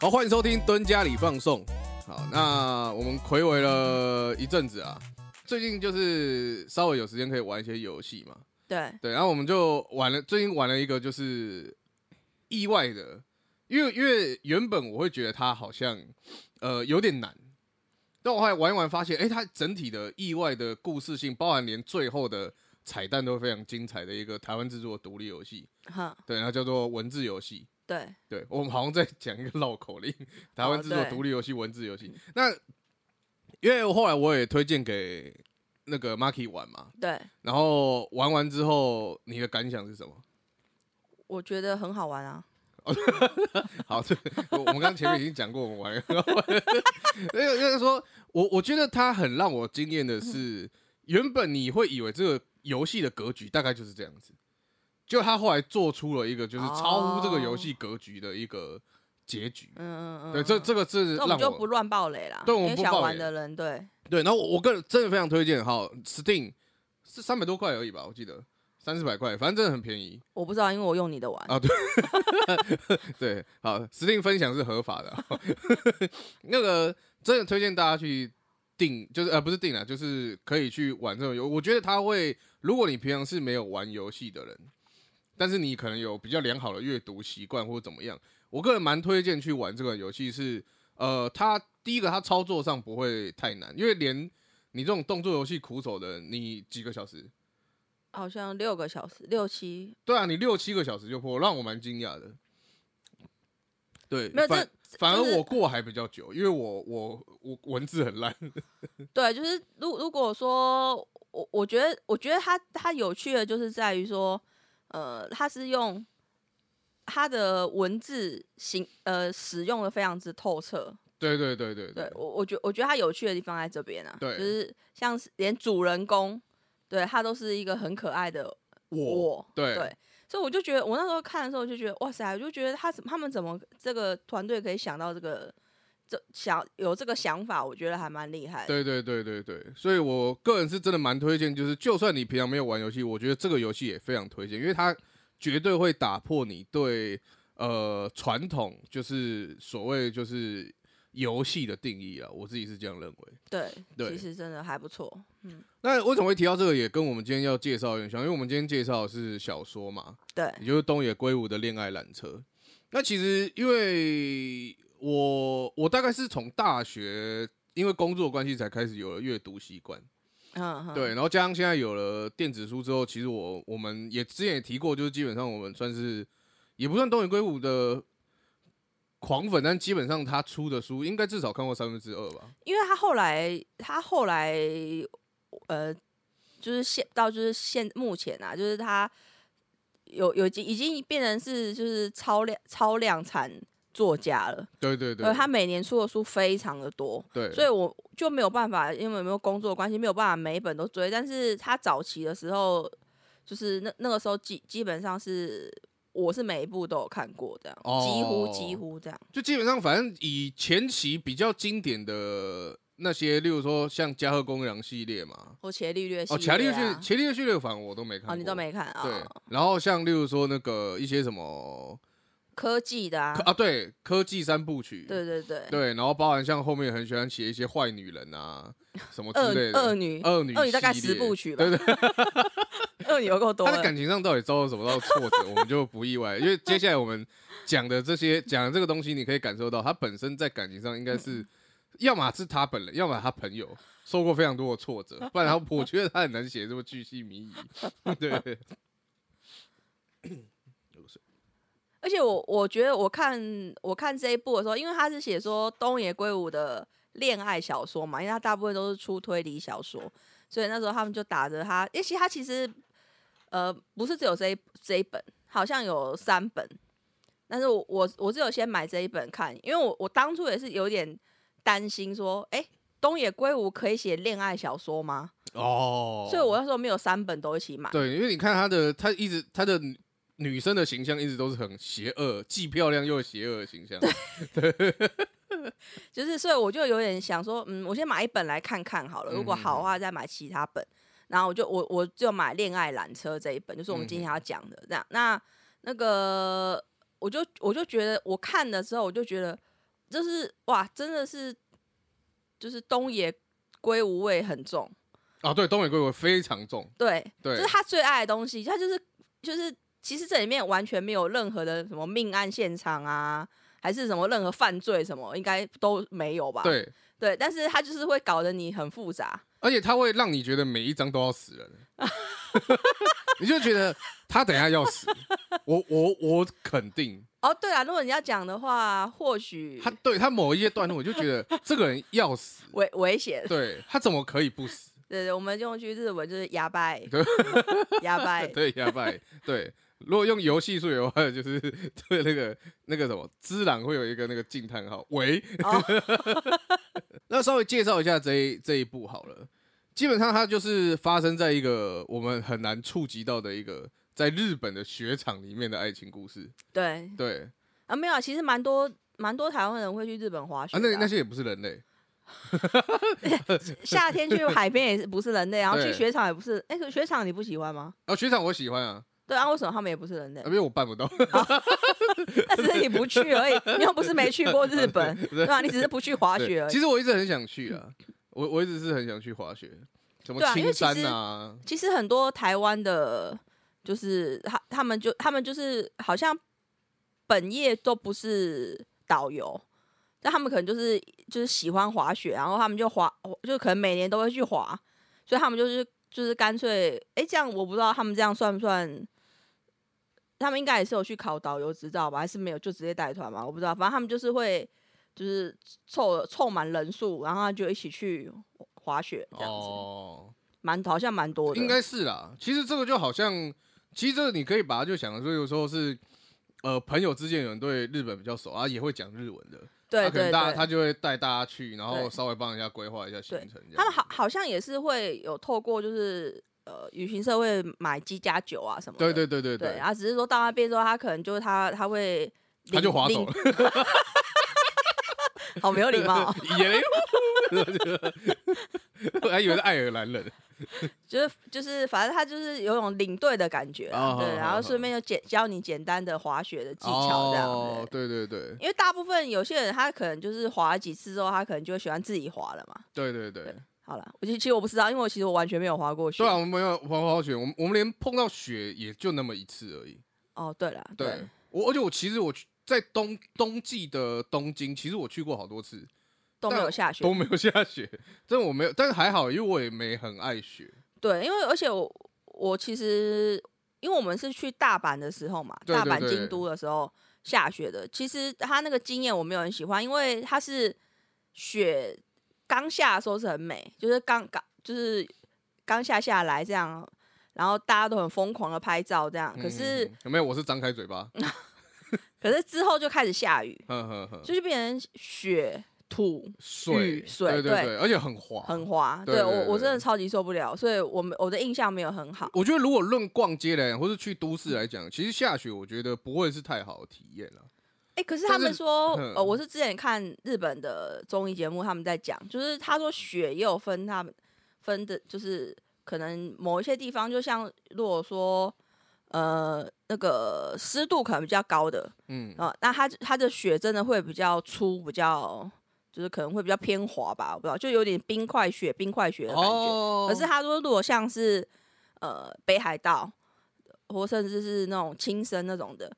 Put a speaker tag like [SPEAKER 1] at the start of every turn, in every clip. [SPEAKER 1] 好，欢迎收听蹲家里放送。好，那我们暌违了一阵子啊，最近就是稍微有时间可以玩一些游戏嘛。
[SPEAKER 2] 对，
[SPEAKER 1] 对，然后我们就玩了，最近玩了一个就是意外的，因为因为原本我会觉得它好像呃有点难，但我后来玩一玩发现，哎，它整体的意外的故事性，包含连最后的彩蛋都非常精彩的一个台湾制作的独立游戏，
[SPEAKER 2] 哈，
[SPEAKER 1] 对，然后叫做文字游戏。
[SPEAKER 2] 对，
[SPEAKER 1] 对，我们好像在讲一个绕口令，台湾制作
[SPEAKER 2] 哦对
[SPEAKER 1] 独立游戏、文字游戏。那因为后来我也推荐给那个 Marky 玩嘛，
[SPEAKER 2] 对，
[SPEAKER 1] 然后玩完之后你的感想是什么？
[SPEAKER 2] 我觉得很好玩啊。
[SPEAKER 1] 好，这我我们刚刚前面已经讲过，我们玩了。因为就是说我我觉得它很让我惊艳的是，原本你会以为这个游戏的格局大概就是这样子，就他后来做出了一个就是超乎这个
[SPEAKER 2] 哦
[SPEAKER 1] 游戏格局的一个结局。
[SPEAKER 2] 嗯嗯嗯，
[SPEAKER 1] 对，这这个是让
[SPEAKER 2] 那我们就不乱暴雷啦，
[SPEAKER 1] 对我
[SPEAKER 2] 因
[SPEAKER 1] 们
[SPEAKER 2] 为
[SPEAKER 1] 不
[SPEAKER 2] 想
[SPEAKER 1] 爆
[SPEAKER 2] 玩
[SPEAKER 1] 雷
[SPEAKER 2] 的人，对，
[SPEAKER 1] 对，然后我我个人真的非常推荐哈，Steam 是三百多块而已吧，我记得三四百块，反正真的很便宜
[SPEAKER 2] 我不知道，因为我用你的玩，
[SPEAKER 1] 啊。对， 对，好，Steam 分享是合法的啊，那个真的推荐大家去订，就是呃不是订啊，就是可以去玩这种游。我觉得它会，如果你平常是没有玩游戏的人，但是你可能有比较良好的阅读习惯或者怎么样，我个人蛮推荐去玩这个游戏是。呃，它第一个它操作上不会太难，因为连你这种动作游戏苦手的人，你几个小时？
[SPEAKER 2] 好像六个小时，六七，
[SPEAKER 1] 对啊，你六七个小时就破，让我蛮惊讶的。对，
[SPEAKER 2] 没有
[SPEAKER 1] 反
[SPEAKER 2] 这
[SPEAKER 1] 反而
[SPEAKER 2] 就是
[SPEAKER 1] 我过还比较久，因为我我我文字很烂。
[SPEAKER 2] 对，就是如如果说我我觉得我觉得它它有趣的就是在于说，呃，它是用它的文字形呃使用的非常之透彻，
[SPEAKER 1] 对对对对
[SPEAKER 2] 对
[SPEAKER 1] 对，
[SPEAKER 2] 我，我觉我觉得它有趣的地方在这边啊，
[SPEAKER 1] 对
[SPEAKER 2] 就是像是连主人公，对他都是一个很可爱的我，
[SPEAKER 1] 对
[SPEAKER 2] 对，所以我就觉得我那时候看的时候就觉得，哇塞，我就觉得他怎他们怎么这个团队可以想到这个这想有这个想法，我觉得还蛮厉害的。
[SPEAKER 1] 对对对对对，所以我个人是真的蛮推荐，就是就算你平常没有玩游戏，我觉得这个游戏也非常推荐，因为它绝对会打破你对呃传统就是所谓就是游戏的定义啊，我自己是这样认为。
[SPEAKER 2] 对
[SPEAKER 1] 对
[SPEAKER 2] 其实真的还不错。
[SPEAKER 1] 那为什么会提到这个，也跟我们今天要介绍有点像，因为我们今天介绍的是小说嘛，
[SPEAKER 2] 对，
[SPEAKER 1] 也就是东野圭吾的《恋爱缆车》。那其实因为我我大概是从大学因为工作关系才开始有了阅读习惯，
[SPEAKER 2] 嗯，嗯
[SPEAKER 1] 对，，然后加上现在有了电子书之后，其实我我们也之前也提过，就是基本上我们算是也不算东野圭吾的狂粉，但基本上他出的书应该至少看过三分之二吧。
[SPEAKER 2] 因为他后来他后来呃，就是现到就是现目前啊，就是他有有已经已经变成是就是超量超量产作家了，
[SPEAKER 1] 对对对
[SPEAKER 2] 呃，，他每年出的书非常的多，
[SPEAKER 1] 对，
[SPEAKER 2] 所以我就没有办法，因为没有工作的关系，没有办法每一本都追。但是他早期的时候，就是那那个时候基基本上是我是每一部都有看过这样，几乎几
[SPEAKER 1] 哦
[SPEAKER 2] 乎这样，
[SPEAKER 1] 就基本上，反正以前期比较经典的那些，例如说像加贺恭良系列嘛，
[SPEAKER 2] 或伽利略系
[SPEAKER 1] 哦，伽利
[SPEAKER 2] 列
[SPEAKER 1] 略
[SPEAKER 2] 啊
[SPEAKER 1] 系，伽利略序列反正我都没看过，
[SPEAKER 2] 哦，你都没看啊？
[SPEAKER 1] 对。然后像例如说那个一些什么
[SPEAKER 2] 科技的啊
[SPEAKER 1] 科，啊，对，科技三部曲，
[SPEAKER 2] 对对对，
[SPEAKER 1] 对，然后包含像后面很喜欢写一些坏女人啊什么之
[SPEAKER 2] 恶
[SPEAKER 1] 类
[SPEAKER 2] 恶
[SPEAKER 1] 的，
[SPEAKER 2] 女，
[SPEAKER 1] 恶女
[SPEAKER 2] 恶女大概
[SPEAKER 1] 系列
[SPEAKER 2] 十部曲吧
[SPEAKER 1] 对对，
[SPEAKER 2] 恶 女有够多
[SPEAKER 1] 她在
[SPEAKER 2] 的，
[SPEAKER 1] 感情上到底遭受什么到挫折，我们就不意外，因为接下来我们讲的这些讲的这个东西，你可以感受到她本身在感情上应该是，要么是她本人，要么她朋友受过非常多的挫折，不然她我觉得她很难写这么巨细靡遗。对，
[SPEAKER 2] 而且我我觉得我看我看这一部的时候，因为他是写说东野圭吾的恋爱小说嘛，因为他大部分都是出推理小说，所以那时候他们就打着他，也其实他其实呃不是只有这一这一本，好像有三本，但是我我我只有先买这一本看，因为我我当初也是有点担心说，哎、东野圭吾可以写恋爱小说吗？
[SPEAKER 1] 哦
[SPEAKER 2] 所以我那时候没有三本都一起买。
[SPEAKER 1] 对，因为你看她的，她一直她的女女生的形象一直都是很邪恶，既漂亮又邪恶的形象。
[SPEAKER 2] 就是，所以我就有点想说，嗯，我先买一本来看看好了，如果好的话再买其他本。然后我就我我就买《恋爱缆车》这一本，就是我们今天要讲的这样。那那个，我就我就觉得我看的时候，我就觉得就是哇，真的是就是东野圭吾味很重，
[SPEAKER 1] 啊，对，东野圭吾非常重，
[SPEAKER 2] 对，
[SPEAKER 1] 对
[SPEAKER 2] 就是他最爱的东西，他就是就是其实这里面完全没有任何的什么命案现场啊，还是什么任何犯罪什么，应该都没有吧？
[SPEAKER 1] 对，
[SPEAKER 2] 对，但是他就是会搞得你很复杂，
[SPEAKER 1] 而且他会让你觉得每一张都要死人， 你就觉得他等一下要死，我我我肯定
[SPEAKER 2] 哦，对啦，如果你要讲的话，或许
[SPEAKER 1] 他对他某一些段落，我就觉得这个人要死，
[SPEAKER 2] 危危险。
[SPEAKER 1] 对他怎么可以不死？
[SPEAKER 2] 对对，我们用句日文就是 牙拜
[SPEAKER 1] 对，
[SPEAKER 2] 牙拜。
[SPEAKER 1] 对，牙拜，对。如果用游戏术语的话，就是 对那个那个什么，之朗会有一个那个惊叹号，喂。
[SPEAKER 2] 哦
[SPEAKER 1] 那稍微介绍一下这一这一部好了。基本上它就是发生在一个我们很难触及到的一个在日本的雪场里面的爱情故事。
[SPEAKER 2] 对
[SPEAKER 1] 对
[SPEAKER 2] 啊，没有啊，其实蛮多蛮多台湾人会去日本滑雪
[SPEAKER 1] 啊，
[SPEAKER 2] 的
[SPEAKER 1] 那
[SPEAKER 2] 啊、
[SPEAKER 1] 那些也不是人类，
[SPEAKER 2] 夏天去海边也是不是人类，然后去
[SPEAKER 1] 对
[SPEAKER 2] 雪场也不是。哎、可雪场你不喜欢吗？
[SPEAKER 1] 啊，雪场我喜欢啊，
[SPEAKER 2] 对啊，为什么他们也不是人类
[SPEAKER 1] 啊？因为我办不到。
[SPEAKER 2] 但是你不去而已，你又不是没去过日本，对吧、你只是不去滑
[SPEAKER 1] 啊对
[SPEAKER 2] 雪而已
[SPEAKER 1] 其。实我一直很想去啊，我我一直是很想去滑雪，什么
[SPEAKER 2] 对啊因
[SPEAKER 1] 青
[SPEAKER 2] 为其
[SPEAKER 1] 山
[SPEAKER 2] 实
[SPEAKER 1] 啊，
[SPEAKER 2] 其实很多台湾的，就是他他们就他们就是好像本业都不是导游，但他们可能就是就是喜欢滑雪，然后他们就滑，就可能每年都会去滑，所以他们就是就是干脆，哎、这样我不知道他们这样算不算。他们应该也是有去考导游执照吧，还是没有就直接带团嘛？我不知道，反正他们就是会，就是凑凑满人数，然后他就一起去滑雪这样子，
[SPEAKER 1] 哦，
[SPEAKER 2] 蛮、好像蛮多的。
[SPEAKER 1] 应该是啦。其实这个就好像，其实这个你可以把它就想成，所以有时候是。呃，朋友之间有人对日本比较熟啊，也会讲日文的，
[SPEAKER 2] 对
[SPEAKER 1] 他可
[SPEAKER 2] 对
[SPEAKER 1] 能大家
[SPEAKER 2] 对，
[SPEAKER 1] 他就会带大家去，然后
[SPEAKER 2] 对
[SPEAKER 1] 稍微帮人家规划一下行
[SPEAKER 2] 对
[SPEAKER 1] 程这样。
[SPEAKER 2] 他们好好像也是会有透过就是呃旅行社会买机加酒啊什么的，
[SPEAKER 1] 对对对对
[SPEAKER 2] 对，然后只是说到那边之后，他可能就他他会
[SPEAKER 1] 他就划
[SPEAKER 2] 领
[SPEAKER 1] 走了，，
[SPEAKER 2] 领 好没有 礼貌哦，
[SPEAKER 1] 也没有 我还以为是爱尔 兰人，
[SPEAKER 2] 就是就是反正他就是有种领队的感觉啊，
[SPEAKER 1] 哦
[SPEAKER 2] 对，
[SPEAKER 1] 好
[SPEAKER 2] 然
[SPEAKER 1] 好
[SPEAKER 2] 后顺便就简教你简单的滑雪的技巧这样
[SPEAKER 1] 哦
[SPEAKER 2] 子。，
[SPEAKER 1] 对对对
[SPEAKER 2] 因为大部分有些人他可能就是滑了几次之后，他可能就会喜欢自己滑了嘛。
[SPEAKER 1] 对对对，
[SPEAKER 2] 好了，我其实其实我不知道，因为我其实我完全没有滑过雪。
[SPEAKER 1] 对啊，我们没有滑滑雪，我们我们连碰到雪也就那么一次而已。
[SPEAKER 2] 哦，对了，
[SPEAKER 1] 对，我而且我其实我去在冬冬季的东京，其实我去过好多次，
[SPEAKER 2] 都没
[SPEAKER 1] 但
[SPEAKER 2] 有下雪
[SPEAKER 1] 都没有下雪。 但我没有，但是还好，因为我也没很爱雪。
[SPEAKER 2] 对，因为而且我我其实因为我们是去大阪的时候嘛，
[SPEAKER 1] 对对
[SPEAKER 2] 大阪、
[SPEAKER 1] 对
[SPEAKER 2] 京都的时候下雪的，其实它那个经验我没有很喜欢，因为它是雪刚下的时候是很美，就是刚刚就是刚下下来这样。然后大家都很疯狂的拍照，这样。可
[SPEAKER 1] 嗯
[SPEAKER 2] 是，
[SPEAKER 1] 嗯嗯有没有？我是张开嘴 巴，
[SPEAKER 2] 可是之后就开始下雨，
[SPEAKER 1] 呵呵呵，
[SPEAKER 2] 所以就变成雪土
[SPEAKER 1] 水
[SPEAKER 2] 雨水
[SPEAKER 1] 对
[SPEAKER 2] 对
[SPEAKER 1] 对，而且很滑。
[SPEAKER 2] 很滑。
[SPEAKER 1] 对对
[SPEAKER 2] 我，我
[SPEAKER 1] 对
[SPEAKER 2] 真的超级受不了，所以我们我的印象没有很好。
[SPEAKER 1] 我觉得如果论逛街来讲，或是去都市来讲，其实下雪我觉得不会是太好的体验啊了。
[SPEAKER 2] 哎、可是
[SPEAKER 1] 但
[SPEAKER 2] 他
[SPEAKER 1] 是
[SPEAKER 2] 们说，呃，
[SPEAKER 1] 嗯
[SPEAKER 2] 我是之前看日本的综艺节目，他们在讲，就是他说雪也有分他们分的，就是可能某一些地方，就像如果说，呃，那个湿度可能比较高的
[SPEAKER 1] 嗯，
[SPEAKER 2] 啊、那它它的雪真的会比较粗，比较就是可能会比较偏滑吧，我不知道，就有点冰块雪、冰块雪的感觉。
[SPEAKER 1] 哦
[SPEAKER 2] 可是他说，如果像是呃北海道，或甚至是那种青森那种的，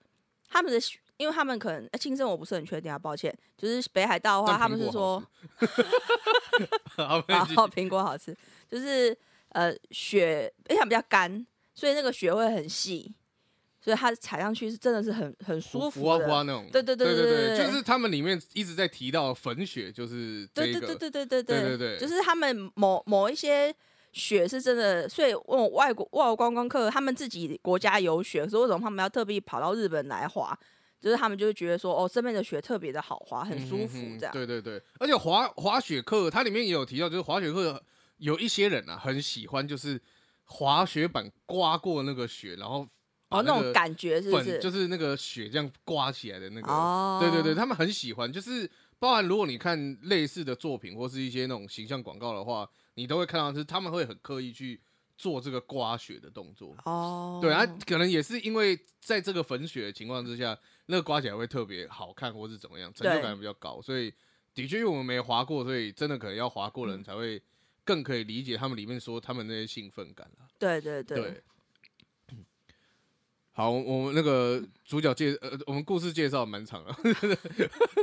[SPEAKER 2] 他们的雪因为他们可能、呃、青森我不是很确定啊，抱歉，就是北海道的话，
[SPEAKER 1] 但
[SPEAKER 2] 他们
[SPEAKER 1] 苹
[SPEAKER 2] 是说
[SPEAKER 1] 果 好，没
[SPEAKER 2] 啊
[SPEAKER 1] 有继续
[SPEAKER 2] 苹果好吃，就是呃雪，因为它比较干，所以那个雪会很细，所以它踩上去是真的是很很舒
[SPEAKER 1] 浮花
[SPEAKER 2] 服
[SPEAKER 1] 花
[SPEAKER 2] 的。
[SPEAKER 1] 那种，
[SPEAKER 2] 对对对
[SPEAKER 1] 对
[SPEAKER 2] 对对对
[SPEAKER 1] 就是他们里面一直在提到粉雪，就是这
[SPEAKER 2] 对
[SPEAKER 1] 一
[SPEAKER 2] 对
[SPEAKER 1] 个，
[SPEAKER 2] 对对对对
[SPEAKER 1] 对对对
[SPEAKER 2] 就是他们某某一些雪是真的，所以问外国外国观光客，他们自己国家有雪，所以为什么他们要特地跑到日本来滑？就是他们就会觉得说，哦，这边的雪特别的好滑，很舒服
[SPEAKER 1] 嗯哼哼
[SPEAKER 2] 这样。
[SPEAKER 1] 对对对，而且滑滑雪课它里面也有提到，就是滑雪课有一些人啊很喜欢，就是滑雪板刮过那个雪，然后把
[SPEAKER 2] 哦，那种
[SPEAKER 1] 个
[SPEAKER 2] 感觉是不
[SPEAKER 1] 粉
[SPEAKER 2] 是？
[SPEAKER 1] 就是那个雪这样刮起来的那个。
[SPEAKER 2] 哦，
[SPEAKER 1] 对对对，他们很喜欢，就是包含如果你看类似的作品或是一些那种形象广告的话，你都会看到，就是他们会很刻意去做这个刮血的动作。
[SPEAKER 2] 哦，
[SPEAKER 1] 对啊，可能也是因为在这个粉雪的情况之下，那个刮起来会特别好看，或是怎么样，成就
[SPEAKER 2] 对
[SPEAKER 1] 感比较高。所以的确，因为我们没滑过，所以真的可能要滑过
[SPEAKER 2] 嗯
[SPEAKER 1] 的人才会更可以理解他们里面说他们那些兴奋感啊了。
[SPEAKER 2] 对对
[SPEAKER 1] 对。好，我我们那个主角介呃，我们故事介绍蛮长了，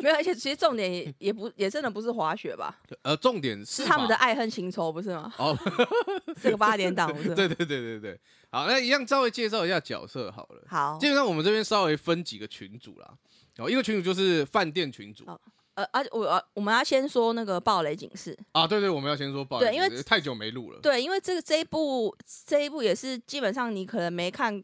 [SPEAKER 2] 没有，而且其实重点也也不也真的不是滑雪吧，
[SPEAKER 1] 呃，重点是
[SPEAKER 2] 是他们的
[SPEAKER 1] 吧
[SPEAKER 2] 爱恨情仇不是吗？
[SPEAKER 1] 哦，
[SPEAKER 2] 这个八点档不是吗？
[SPEAKER 1] 对对对对对，好，那一样稍微介绍一下角色好了。
[SPEAKER 2] 好
[SPEAKER 1] 基，本上我们这边稍微分几个群组啦，然后一个群组就是饭店群组
[SPEAKER 2] 哦呃，而、且我、呃、我们要先说那个暴雷警示，
[SPEAKER 1] 啊，对对，我们要先说抱歉，
[SPEAKER 2] 对因为
[SPEAKER 1] 太久没录了，
[SPEAKER 2] 对，因为这个这一部这一部也是基本上你可能没看，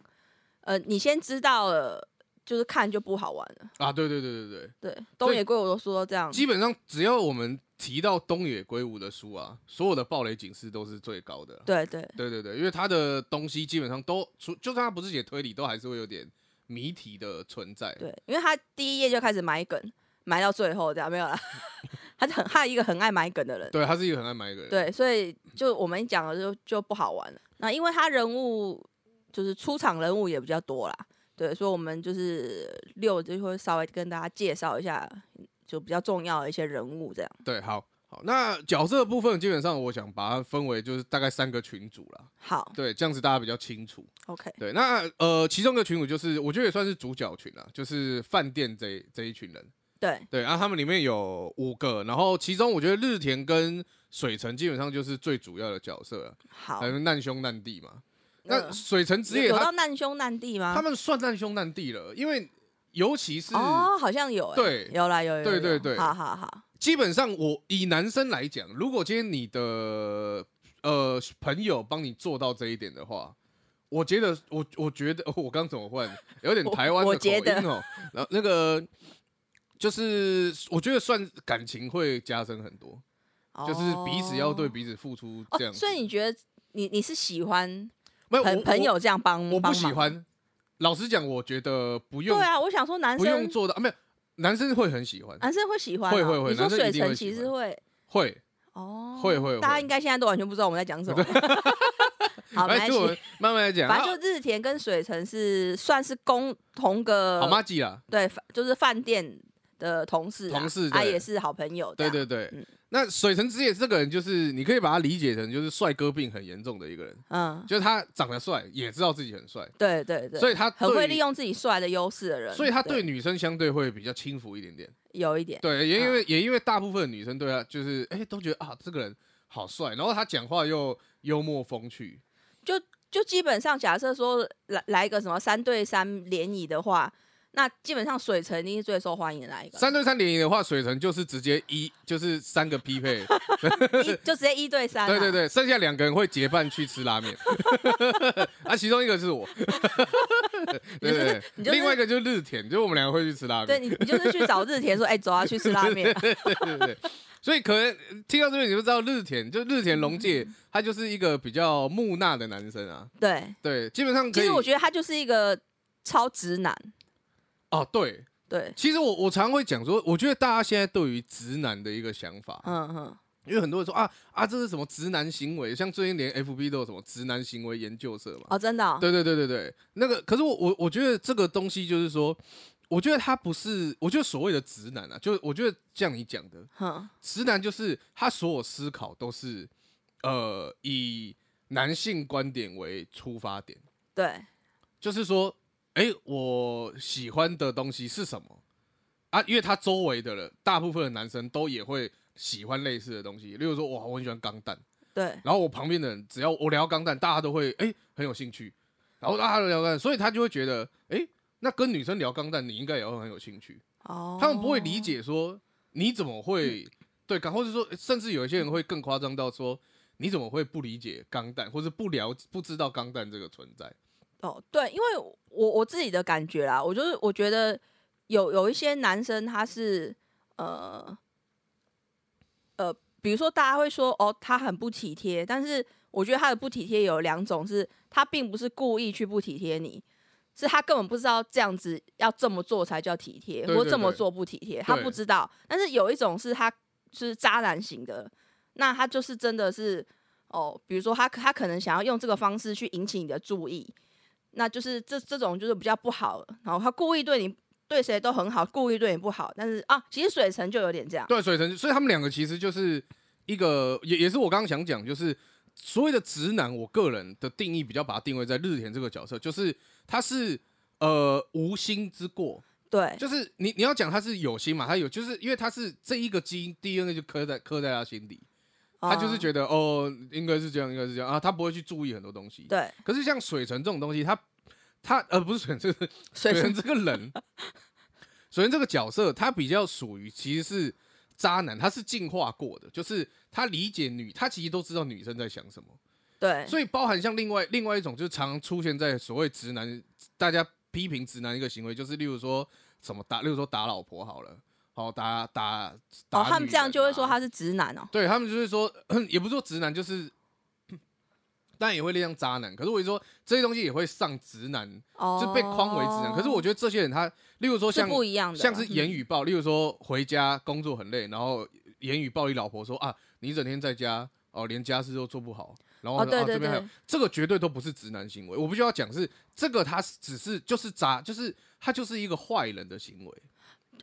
[SPEAKER 2] 呃，你先知道了，就是看就不好玩了。
[SPEAKER 1] 啊，对对对对对，
[SPEAKER 2] 对，东野圭吾都说这样，
[SPEAKER 1] 基本上只要我们提到东野圭吾的书啊，所有的暴雷警示都是最高的啦，
[SPEAKER 2] 对对
[SPEAKER 1] 对对对，因为他的东西基本上都，除就算他不是写推理，都还是会有点谜题的存在，
[SPEAKER 2] 对，因为他第一页就开始埋梗，埋到最后这样没有啦， 他很他一个很爱埋梗的人。
[SPEAKER 1] 对，他是一个很爱买一个人，
[SPEAKER 2] 对，所以就我们讲了就就不好玩了。那因为他人物就是出场人物也比较多啦，对，所以我们就是六就会稍微跟大家介绍一下，就比较重要的一些人物这样。
[SPEAKER 1] 对好。好，那角色的部分基本上，我想把它分为就是大概三个群组啦，
[SPEAKER 2] 好
[SPEAKER 1] 对，这样子大家比较清楚。
[SPEAKER 2] ，OK，
[SPEAKER 1] 对，那呃，其中一个群组就是我觉得也算是主角群啦，就是饭店这这一群人。
[SPEAKER 2] 对
[SPEAKER 1] 对，啊然、后他们里面有五个，然后其中我觉得日田跟水城基本上就是最主要的角色了，
[SPEAKER 2] 好
[SPEAKER 1] 还。有难兄难弟嘛。
[SPEAKER 2] 呃
[SPEAKER 1] 那水城
[SPEAKER 2] 有
[SPEAKER 1] 直野
[SPEAKER 2] 有到
[SPEAKER 1] 呃他
[SPEAKER 2] 难兄难弟吗？
[SPEAKER 1] 他们算难兄难弟了，因为尤其是、
[SPEAKER 2] 哦，好像有、欸，
[SPEAKER 1] 对
[SPEAKER 2] 有啦，有有有
[SPEAKER 1] 对对
[SPEAKER 2] 有
[SPEAKER 1] 对
[SPEAKER 2] 好好好，
[SPEAKER 1] 基本上我以男生来讲，如果今天你的呃朋友帮你做到这一点的话，我觉得我我觉得我刚怎么换有点
[SPEAKER 2] 我
[SPEAKER 1] 台湾的
[SPEAKER 2] 我
[SPEAKER 1] 口
[SPEAKER 2] 觉
[SPEAKER 1] 音
[SPEAKER 2] 得
[SPEAKER 1] 哦，然后那个就是我觉得算感情会加深很多，就是彼此要对彼此付出
[SPEAKER 2] 哦
[SPEAKER 1] 这样子。
[SPEAKER 2] 所以你觉得你你是喜欢
[SPEAKER 1] 没有
[SPEAKER 2] 朋
[SPEAKER 1] 我
[SPEAKER 2] 朋友这样帮
[SPEAKER 1] 我，我不
[SPEAKER 2] 帮
[SPEAKER 1] 喜
[SPEAKER 2] 忙
[SPEAKER 1] 欢。老实讲，我觉得不用、
[SPEAKER 2] 对啊，我想说男
[SPEAKER 1] 不用
[SPEAKER 2] 生
[SPEAKER 1] 做到，啊、没有男生会很喜欢，
[SPEAKER 2] 男生会喜欢、啊，
[SPEAKER 1] 会会会
[SPEAKER 2] 你说
[SPEAKER 1] 男生一
[SPEAKER 2] 水
[SPEAKER 1] 定会
[SPEAKER 2] 城
[SPEAKER 1] 喜
[SPEAKER 2] 其实
[SPEAKER 1] 欢
[SPEAKER 2] 会
[SPEAKER 1] 会
[SPEAKER 2] 哦，
[SPEAKER 1] 会会
[SPEAKER 2] 大
[SPEAKER 1] 会
[SPEAKER 2] 家应该现在都完全不知道我们在讲什么。 好，没
[SPEAKER 1] 来，
[SPEAKER 2] 关
[SPEAKER 1] 哎就我们
[SPEAKER 2] 系，
[SPEAKER 1] 慢慢来讲。
[SPEAKER 2] 反
[SPEAKER 1] 啊
[SPEAKER 2] 正就日田跟水城是算是共同个
[SPEAKER 1] 啊好妈吉啦，
[SPEAKER 2] 对，反就是饭店的同事啊，
[SPEAKER 1] 同事
[SPEAKER 2] 啊
[SPEAKER 1] 对
[SPEAKER 2] 也是好朋友，
[SPEAKER 1] 对，对对，
[SPEAKER 2] 嗯
[SPEAKER 1] 那水城之也这个人，就是你可以把他理解成就是帅哥病很严重的一个人，
[SPEAKER 2] 嗯，
[SPEAKER 1] 就是他长得帅，也知道自己很帅，
[SPEAKER 2] 对对对，
[SPEAKER 1] 所以他
[SPEAKER 2] 很
[SPEAKER 1] 对
[SPEAKER 2] 会利，用自己帅的优势的人，
[SPEAKER 1] 所以他对女生相对会比较轻浮一点点。
[SPEAKER 2] 有一点，
[SPEAKER 1] 对，也因为、也因为大部分女生对他就是哎、都觉得啊这个人好帅，然后他讲话又幽默风趣，
[SPEAKER 2] 就基本上假设说来来一个什么三对三联谊的话，那基本上水城一定是最受欢迎的那一个，
[SPEAKER 1] 三对三联谊的话，水城就是直接一就是三个匹 配，
[SPEAKER 2] 一就直接一对三、啊，
[SPEAKER 1] 对对对，剩下两个人会结伴去吃拉面， 啊，其中一个是我， 对对对，
[SPEAKER 2] 你就是
[SPEAKER 1] 另外一个就是日田，就是我们两个会去吃拉面
[SPEAKER 2] 对，，你你就是去找日田说，哎、走啊，去吃拉面啊、
[SPEAKER 1] 对对对，所以可能呃听到这边你就知道日田，就日田龙介，
[SPEAKER 2] 嗯
[SPEAKER 1] 他就是一个比较木讷的男生啊。
[SPEAKER 2] 对，
[SPEAKER 1] 对，基本上可
[SPEAKER 2] 其
[SPEAKER 1] 以。
[SPEAKER 2] 实我觉得他就是一个超直男，
[SPEAKER 1] 哦，对，
[SPEAKER 2] 对，
[SPEAKER 1] 其实我我常会讲说，我觉得大家现在对于直男的一个想法，
[SPEAKER 2] 嗯嗯，
[SPEAKER 1] 因为很多人说啊啊，这是什么直男行为？像最近连 FB 都有什么直男行为研究社嘛。
[SPEAKER 2] 哦，真的、哦，
[SPEAKER 1] 对对对对对，那个可是我我我觉得这个东西就是说，我觉得他不是，我觉得所谓的直男啊，就是我觉得像你讲的，
[SPEAKER 2] 哼，
[SPEAKER 1] 直男就是他所有思考都是呃以男性观点为出发点，
[SPEAKER 2] 对，
[SPEAKER 1] 就是说，哎、我喜欢的东西是什么啊？因为他周围的人，大部分的男生都也会喜欢类似的东西，例如说，哇，我很喜欢钢弹，
[SPEAKER 2] 对，
[SPEAKER 1] 然后我旁边的人只要我聊钢弹，大家都会哎、很有兴趣，然后大家都聊钢弹，所以他就会觉得，哎、那跟女生聊钢弹，你应该也会很有兴趣。
[SPEAKER 2] 哦，
[SPEAKER 1] 他们不会理，解说你怎么会对钢，或者说甚至有一些人会更夸张到说你怎么会不理解钢弹，或者不了不知道钢弹这个存在。
[SPEAKER 2] 哦，对，因为我我自己的感觉啦，我就是我觉得有有一些男生他是呃呃，比如说大家会说哦，他很不体贴，但是我觉得他的不体贴有两种是，他并不是故意去不体贴你。是他根本不知道这样子要这么做才叫体贴，
[SPEAKER 1] 对
[SPEAKER 2] 或
[SPEAKER 1] 对
[SPEAKER 2] 这么
[SPEAKER 1] 对
[SPEAKER 2] 做不体贴，他
[SPEAKER 1] 对
[SPEAKER 2] 不知道。但是有一种是他是渣男型的，那他就是真的是哦，比如说他他可能想要用这个方式去引起你的注意，那就是这这种就是比较不好，然后他故意对你对谁都很好，故意对你不好，但是啊，其实水城就有点这样，
[SPEAKER 1] 对，水城，所以他们两个其实就是一个，也也是我刚刚想讲，就是所谓的直男，我个人的定义比较把它定位在日田这个角色，就是他是呃无心之过，
[SPEAKER 2] 对
[SPEAKER 1] 就是你你要讲他是有心嘛，他有，就是因为他是这一个基因 DNA 就刻在刻在他心里，他就是
[SPEAKER 2] 得
[SPEAKER 1] 觉得、哦应该是这样，应该是这样啊，他不会去注意很多东西。
[SPEAKER 2] 哦对
[SPEAKER 1] 可是像水城这种东西，他他呃不是水城，就是
[SPEAKER 2] 水
[SPEAKER 1] 水城
[SPEAKER 2] 城
[SPEAKER 1] 这个人，水城这个角色，他比较属于其实是渣男，他是进化过的，就是他理解女，他其实都知道女生在想什么，
[SPEAKER 2] 对
[SPEAKER 1] 所以包含像另外另外一种，就是常出现在所谓直男，大家批评直男一个行为，就是例如说什么打，例如说打老婆好了，好打打打、啊
[SPEAKER 2] 哦，他们这样就会说他是直男哦，
[SPEAKER 1] 对他们就会说， 也不是说直男，就是，但也会列上渣男。可是我跟你说，这些东西也会上直男，
[SPEAKER 2] 哦，
[SPEAKER 1] 就被框为直男。可是我觉得这些人他，例如说
[SPEAKER 2] 是
[SPEAKER 1] 像
[SPEAKER 2] 不一样的啦，
[SPEAKER 1] 像是
[SPEAKER 2] 嗯
[SPEAKER 1] 言语暴，例如说回家工作很累，然后言语暴力老婆说啊，你一整天在家哦，连家事都做不好，然后、
[SPEAKER 2] 哦，对
[SPEAKER 1] 啊
[SPEAKER 2] 对
[SPEAKER 1] 这边还有
[SPEAKER 2] 对，
[SPEAKER 1] 这个绝对都不是直男行为。我必须要讲是这个，他是只是就是渣，就是他就是一个坏人的行为。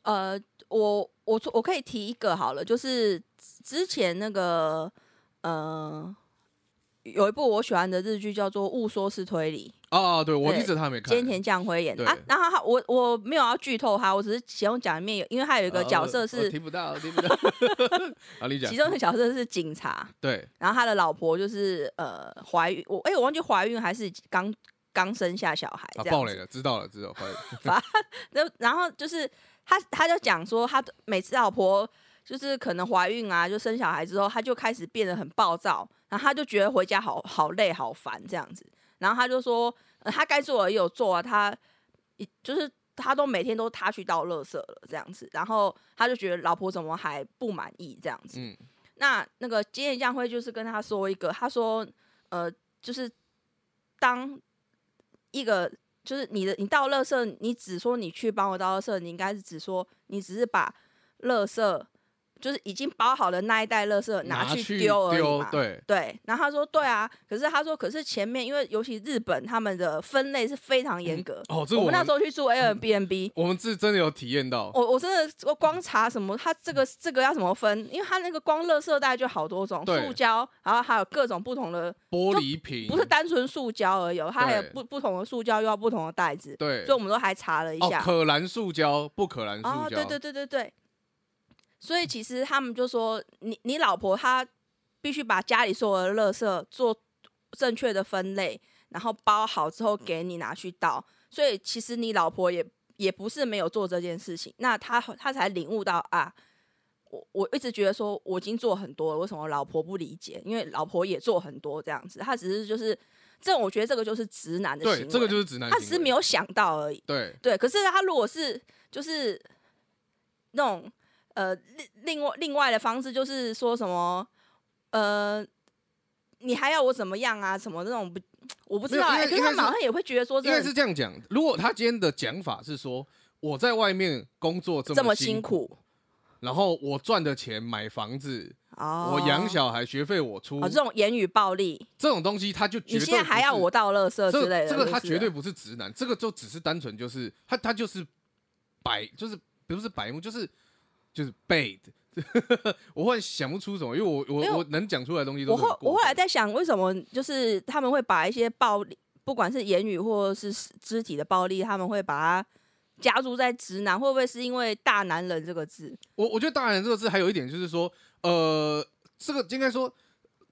[SPEAKER 2] 呃，我我我可以提一个好了，就是之之前那个呃，有一部我喜欢的日剧叫做《误说是推理
[SPEAKER 1] 啊，对我
[SPEAKER 2] 对
[SPEAKER 1] 一直他没》，看
[SPEAKER 2] 菅，田将晖演的啊
[SPEAKER 1] 对。
[SPEAKER 2] 然后他我我没有要剧透他，我只是其中讲里面有，因为他有一个
[SPEAKER 1] 啊
[SPEAKER 2] 角
[SPEAKER 1] 我
[SPEAKER 2] 色
[SPEAKER 1] 我
[SPEAKER 2] 是，
[SPEAKER 1] 听不到，听 不到。啊，你讲
[SPEAKER 2] 其，中哎一个角色是警察，
[SPEAKER 1] 对，啊
[SPEAKER 2] 然后他的老婆就是呃怀孕，我哎、我忘记怀孕还是刚刚生下小孩
[SPEAKER 1] 啊，
[SPEAKER 2] 这
[SPEAKER 1] 爆
[SPEAKER 2] 样
[SPEAKER 1] 雷
[SPEAKER 2] 子。
[SPEAKER 1] 了，知道了，知道了，快点
[SPEAKER 2] 然然后就是他他就讲说，他的每次老婆就是可能怀孕啊，就生小孩之后，他就开始变得很暴躁，然后他就觉得回家好好累、好烦这样子。然后他就说，呃他该做的也有做啊，他一就是他都每天都他去倒垃圾了这样子，然后他就觉得老婆怎么还不满意这样子。
[SPEAKER 1] 嗯，
[SPEAKER 2] 那那个菅野将晖就是跟他说一个，他说，呃，就是当一个就是你的你倒垃圾，你只说你去帮我倒垃圾，你应该是只说你只是把垃圾就是已经包好的那一袋垃圾 拿
[SPEAKER 1] 去
[SPEAKER 2] 丢而已
[SPEAKER 1] 丢
[SPEAKER 2] 嘛。
[SPEAKER 1] 对，
[SPEAKER 2] 对，然后他说对啊，可是他说可是前面因为尤其日本他们的分类是非常严格，
[SPEAKER 1] 哦，这个我
[SPEAKER 2] 我们那时
[SPEAKER 1] 们嗯
[SPEAKER 2] 候去住 Airbnb，、
[SPEAKER 1] 我们是真的有体验到，
[SPEAKER 2] 我我真的我光查什么，它这个这个要怎么分？因为它那个光垃圾袋就好多种，
[SPEAKER 1] 对
[SPEAKER 2] 塑胶，然后还有各种不同的，
[SPEAKER 1] 玻璃瓶
[SPEAKER 2] 不是单纯塑胶而已哦，它还有
[SPEAKER 1] 对
[SPEAKER 2] 不不同的塑胶又要不同的袋子，
[SPEAKER 1] 对
[SPEAKER 2] 所以我们都还查了一
[SPEAKER 1] 哦
[SPEAKER 2] 下，。
[SPEAKER 1] 可燃塑胶不可燃塑胶，
[SPEAKER 2] 哦对对对对对。所以其实他们就说，你你老婆她必须把家里所有的垃圾做正确的分类，然后包好之后给你拿去倒。所以其实你老婆也也不是没有做这件事情，那她她才领悟到啊。我我一直觉得说我已经做很多了，为什么老婆不理解？因为老婆也做很多这样子，她只是就是这，我觉得这个就是直男的
[SPEAKER 1] 对
[SPEAKER 2] 行为，
[SPEAKER 1] 这个就是直男行为，
[SPEAKER 2] 她只是没有想到而已。
[SPEAKER 1] 对
[SPEAKER 2] 对，可是他如果是就是那种呃另另外另外的方式，就是说什么呃，你还要我怎么样啊？什么那种不，我不知
[SPEAKER 1] 没有
[SPEAKER 2] 道、
[SPEAKER 1] 应
[SPEAKER 2] 欸。
[SPEAKER 1] 该
[SPEAKER 2] 可
[SPEAKER 1] 应
[SPEAKER 2] 是
[SPEAKER 1] 该
[SPEAKER 2] 他们好像也会觉得说
[SPEAKER 1] 应
[SPEAKER 2] 这
[SPEAKER 1] 该是这样讲。如果他今天的讲法是说我在外面工作这
[SPEAKER 2] 这么
[SPEAKER 1] 辛
[SPEAKER 2] 辛，苦
[SPEAKER 1] 然后我赚的钱买房子，
[SPEAKER 2] 哦，
[SPEAKER 1] 我养小孩学费我出
[SPEAKER 2] 哦，，这种言语暴力，
[SPEAKER 1] 这种东西他就
[SPEAKER 2] 你
[SPEAKER 1] 绝
[SPEAKER 2] 现
[SPEAKER 1] 对
[SPEAKER 2] 在还
[SPEAKER 1] 不
[SPEAKER 2] 要
[SPEAKER 1] 是
[SPEAKER 2] 我倒垃圾
[SPEAKER 1] 这
[SPEAKER 2] 之
[SPEAKER 1] 个
[SPEAKER 2] 类的，
[SPEAKER 1] 这个他
[SPEAKER 2] 就是
[SPEAKER 1] 绝对不是直男，这个就只是单纯就是他他就是白，就是不是白目，就是就是 bait。我忽然想不出什么，因为我
[SPEAKER 2] 没有
[SPEAKER 1] 我我能讲出来的东西都
[SPEAKER 2] 我
[SPEAKER 1] 是很
[SPEAKER 2] 后我后
[SPEAKER 1] 过
[SPEAKER 2] 来
[SPEAKER 1] 分的
[SPEAKER 2] 在想，为什么就是他们会把一些暴力，不管是言语或是肢体的暴力，他们会把它加注在直男，会不会是因为“大男人”这个字？
[SPEAKER 1] 我我觉得“大人”这个字还有一点就是说，呃，这个应该说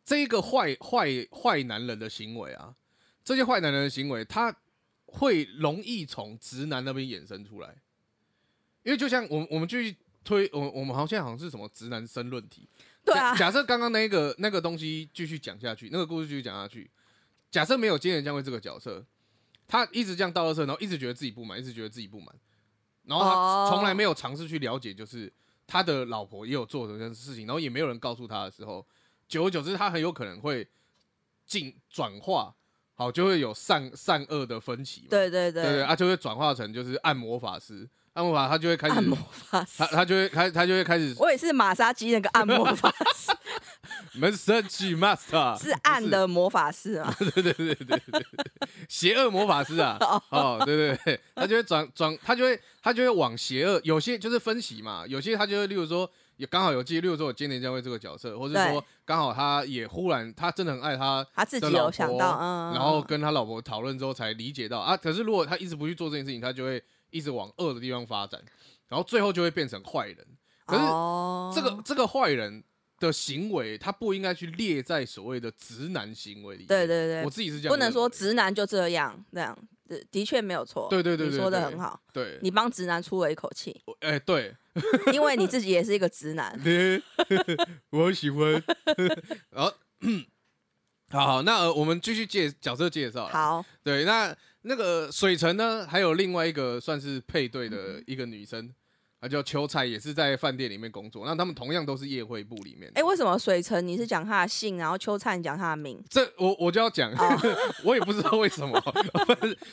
[SPEAKER 1] 这一个坏坏坏男人的行为啊，这些坏男人的行为，他会容易从直男那边衍生出来，因为就像我们我们去推，我们我们好像现在好像是什么直男申论题，
[SPEAKER 2] 对啊
[SPEAKER 1] 假，假设刚刚那个那个东西继续讲下去，那个故事继续讲下去，假设没有菅田将晖这个角色，他一直这样倒垃圾，然后一直觉得自己不满，一直觉得自己不满，然后
[SPEAKER 2] 哦
[SPEAKER 1] 他从来没有尝试去了解，就是他的老婆也有做这件事情，然后也没有人告诉他的时候，久而久之，他很有可能会进转化，好就会有善善恶的分歧嘛。
[SPEAKER 2] 对对对
[SPEAKER 1] 对对，啊，就会转化成就是按摩法师，按摩法他就会开始
[SPEAKER 2] 按，摩法师
[SPEAKER 1] 他，他就会开他就会开始
[SPEAKER 2] 我也是马杀鸡那个按摩法师，
[SPEAKER 1] 门神曲 master
[SPEAKER 2] 是暗的魔法师啊，
[SPEAKER 1] 对对对对对，邪恶魔法师啊，哦，对对对，他就会转转，他就会他就会往邪恶，有些就是分析嘛，有些他就会，例如说也刚好有记，例如说我今年将会这个角色，或是说
[SPEAKER 2] 对
[SPEAKER 1] 刚好他也忽然他真的很爱他，
[SPEAKER 2] 他自己
[SPEAKER 1] 的老
[SPEAKER 2] 有想
[SPEAKER 1] 婆
[SPEAKER 2] 到，嗯，
[SPEAKER 1] 然后跟他老婆讨论之后才理解到啊，可是如果他一直不去做这件事情，他就会一直往恶的地方发展，然后最后就会变成坏人。可是
[SPEAKER 2] 哦
[SPEAKER 1] 这个这个坏人的行为，他不应该去列在所谓的直男行为里面。
[SPEAKER 2] 对对对
[SPEAKER 1] 我自己是这样认为，
[SPEAKER 2] 不能说直男就这样，这样的的确没有错。
[SPEAKER 1] 对对对
[SPEAKER 2] 你
[SPEAKER 1] 对
[SPEAKER 2] 说的
[SPEAKER 1] 对
[SPEAKER 2] 很好，
[SPEAKER 1] 对，
[SPEAKER 2] 你帮直男出了一口气，
[SPEAKER 1] 我哎、对，
[SPEAKER 2] 因为你自己也是一个直男。
[SPEAKER 1] 我喜欢。 然后， 好好，那、呃、我们继续介角色介绍。，
[SPEAKER 2] 好，
[SPEAKER 1] 对，那那个水城呢，还有另外一个算是配对
[SPEAKER 2] 嗯
[SPEAKER 1] 的一个女生，她叫秋菜，也是在饭店里面工作。那他们同样都是夜会部里面的。
[SPEAKER 2] 哎，为什么水城你是讲他的姓，然后秋灿讲他的名？
[SPEAKER 1] 这我我就要讲，
[SPEAKER 2] 哦
[SPEAKER 1] 我也不知道为什么，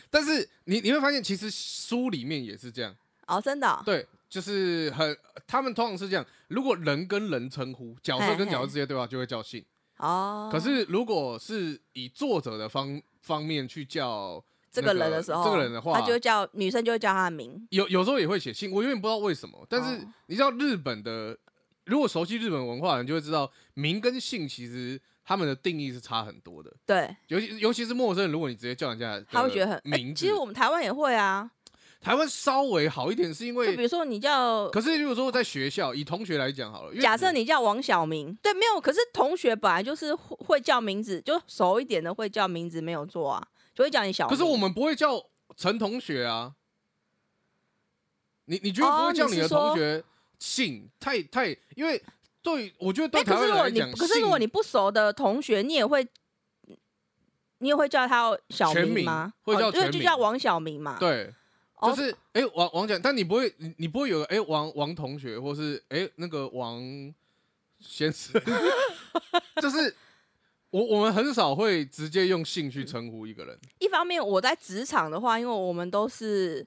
[SPEAKER 1] 但是你你会发现，其实书里面也是这样，
[SPEAKER 2] 哦，真的哦，
[SPEAKER 1] 对，就是很他们通常是这样，如果人跟人称呼，角色跟
[SPEAKER 2] 嘿嘿
[SPEAKER 1] 角色之间对话就会叫姓，
[SPEAKER 2] 哦
[SPEAKER 1] 可是如果是以作者的方方面去叫
[SPEAKER 2] 这
[SPEAKER 1] 那
[SPEAKER 2] 个人的时候，
[SPEAKER 1] 这个人的话，
[SPEAKER 2] 他就叫女生就会叫他的名。
[SPEAKER 1] 有有时候也会写信，我永远不知道为什么。但是
[SPEAKER 2] 哦
[SPEAKER 1] 你知道日本的，如果熟悉日本文化的人就会知道，名跟姓其实他们的定义是差很多的。
[SPEAKER 2] 对，
[SPEAKER 1] 尤其尤其是陌生人，如果你直接叫人家的呃
[SPEAKER 2] 他会觉得很哎
[SPEAKER 1] 名字，
[SPEAKER 2] 其实我们台湾也会啊，
[SPEAKER 1] 台湾稍微好一点，是因
[SPEAKER 2] 就比
[SPEAKER 1] 为
[SPEAKER 2] 如说你叫，
[SPEAKER 1] 可是如果说在学校，以同学来讲好了，因为
[SPEAKER 2] 假设你叫王小明，对，没有。可是同学本来就是会会叫名字，就熟一点的会叫名字，没有错啊，就会叫你小
[SPEAKER 1] 可
[SPEAKER 2] 明。
[SPEAKER 1] 是我们不会叫陈同学啊，你你绝对不
[SPEAKER 2] 哦
[SPEAKER 1] 会叫
[SPEAKER 2] 你
[SPEAKER 1] 你
[SPEAKER 2] 是
[SPEAKER 1] 的
[SPEAKER 2] 说
[SPEAKER 1] 同学姓，太太，因为对我觉得对
[SPEAKER 2] 哎、
[SPEAKER 1] 台
[SPEAKER 2] 可
[SPEAKER 1] 湾
[SPEAKER 2] 是如
[SPEAKER 1] 人
[SPEAKER 2] 果
[SPEAKER 1] 来
[SPEAKER 2] 你
[SPEAKER 1] 讲，
[SPEAKER 2] 可是如果
[SPEAKER 1] 姓
[SPEAKER 2] 你不熟的同学，你也会，你也会叫他小
[SPEAKER 1] 全
[SPEAKER 2] 明
[SPEAKER 1] 名
[SPEAKER 2] 吗？
[SPEAKER 1] 会叫
[SPEAKER 2] 哦、对
[SPEAKER 1] 全
[SPEAKER 2] 就
[SPEAKER 1] 名
[SPEAKER 2] 叫王小明嘛。，
[SPEAKER 1] 对。
[SPEAKER 2] 哦
[SPEAKER 1] 就是哎、王王讲，但你不会，你你不会有个哎、王王同学，或是哎、那个王先 生，就是我我们很少会直接用姓去称呼一个人。
[SPEAKER 2] 一方面我在职场的话，因为我们都是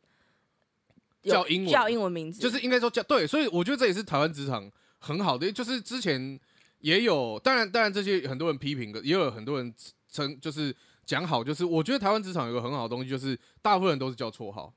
[SPEAKER 2] 有
[SPEAKER 1] 叫英文
[SPEAKER 2] 叫英文名字，
[SPEAKER 1] 就是应该说叫对，所以我觉得这也是台湾职场很好的，就是之前也有，当然当然这些很多人批评的，也有很多人称就是讲好，就是我觉得台湾职场有个很好的东西，就是大部分人都是叫绰号。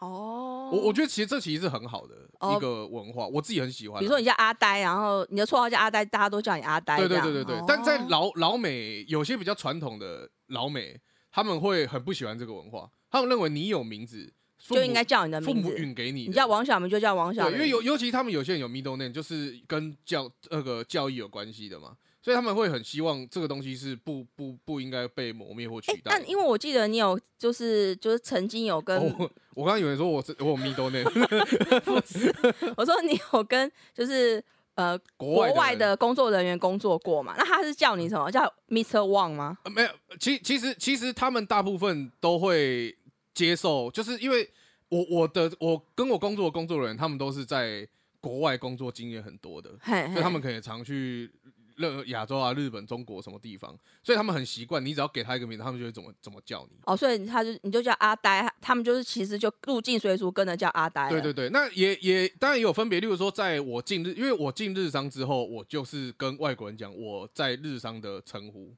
[SPEAKER 2] 哦，
[SPEAKER 1] 我我觉得其实这其实是很好的
[SPEAKER 2] 哦
[SPEAKER 1] 一个文化，我自己很喜欢啊。
[SPEAKER 2] 比如说你叫阿呆，然后你的绰号叫阿呆，大家都叫你阿呆这
[SPEAKER 1] 对对
[SPEAKER 2] 样。
[SPEAKER 1] 对对对，
[SPEAKER 2] 哦
[SPEAKER 1] 但在老老美有些比较传统的老美，他们会很不喜欢这个文化，他们认为你有名字父
[SPEAKER 2] 就
[SPEAKER 1] 母
[SPEAKER 2] 应该叫你的
[SPEAKER 1] 父
[SPEAKER 2] 名
[SPEAKER 1] 母
[SPEAKER 2] 字，
[SPEAKER 1] 允给你的，
[SPEAKER 2] 你叫王小明就叫王小
[SPEAKER 1] 对，
[SPEAKER 2] 明，
[SPEAKER 1] 因为尤尤其他们有些人有 middle name，就是跟教那个教育有关系的嘛，所以他们会很希望这个东西是不不不应该被磨灭或取
[SPEAKER 2] 哎、
[SPEAKER 1] 代的。
[SPEAKER 2] 但因为我记得你有就是就是曾经有跟、
[SPEAKER 1] 哦、我我刚刚有人说我是我有 middle name，
[SPEAKER 2] 我说你有跟就是呃
[SPEAKER 1] 国
[SPEAKER 2] 国
[SPEAKER 1] 外
[SPEAKER 2] 外
[SPEAKER 1] 人、
[SPEAKER 2] 的工作人员工作过嘛？那他是叫你什么？叫 Mr. Wang 吗？
[SPEAKER 1] 呃没有，其其实其实他们大部分都会接受，就是因为我我的我跟我工作的工作人员，他们都是在国外工作经验很多的，
[SPEAKER 2] 嘿
[SPEAKER 1] 所以他们可能也常去日亚洲啊、日本、中国什么地方，所以他们很习惯，你只要给他一个名字，他们就会怎么怎么叫你。
[SPEAKER 2] 哦，所以他就你就叫阿呆，他们就是其实就入境随俗跟着叫阿呆了。
[SPEAKER 1] 对对对，那也也当然也有分别，例如说，在我进日，因为我进日商之后，我就是跟外国人讲我在日商的称呼，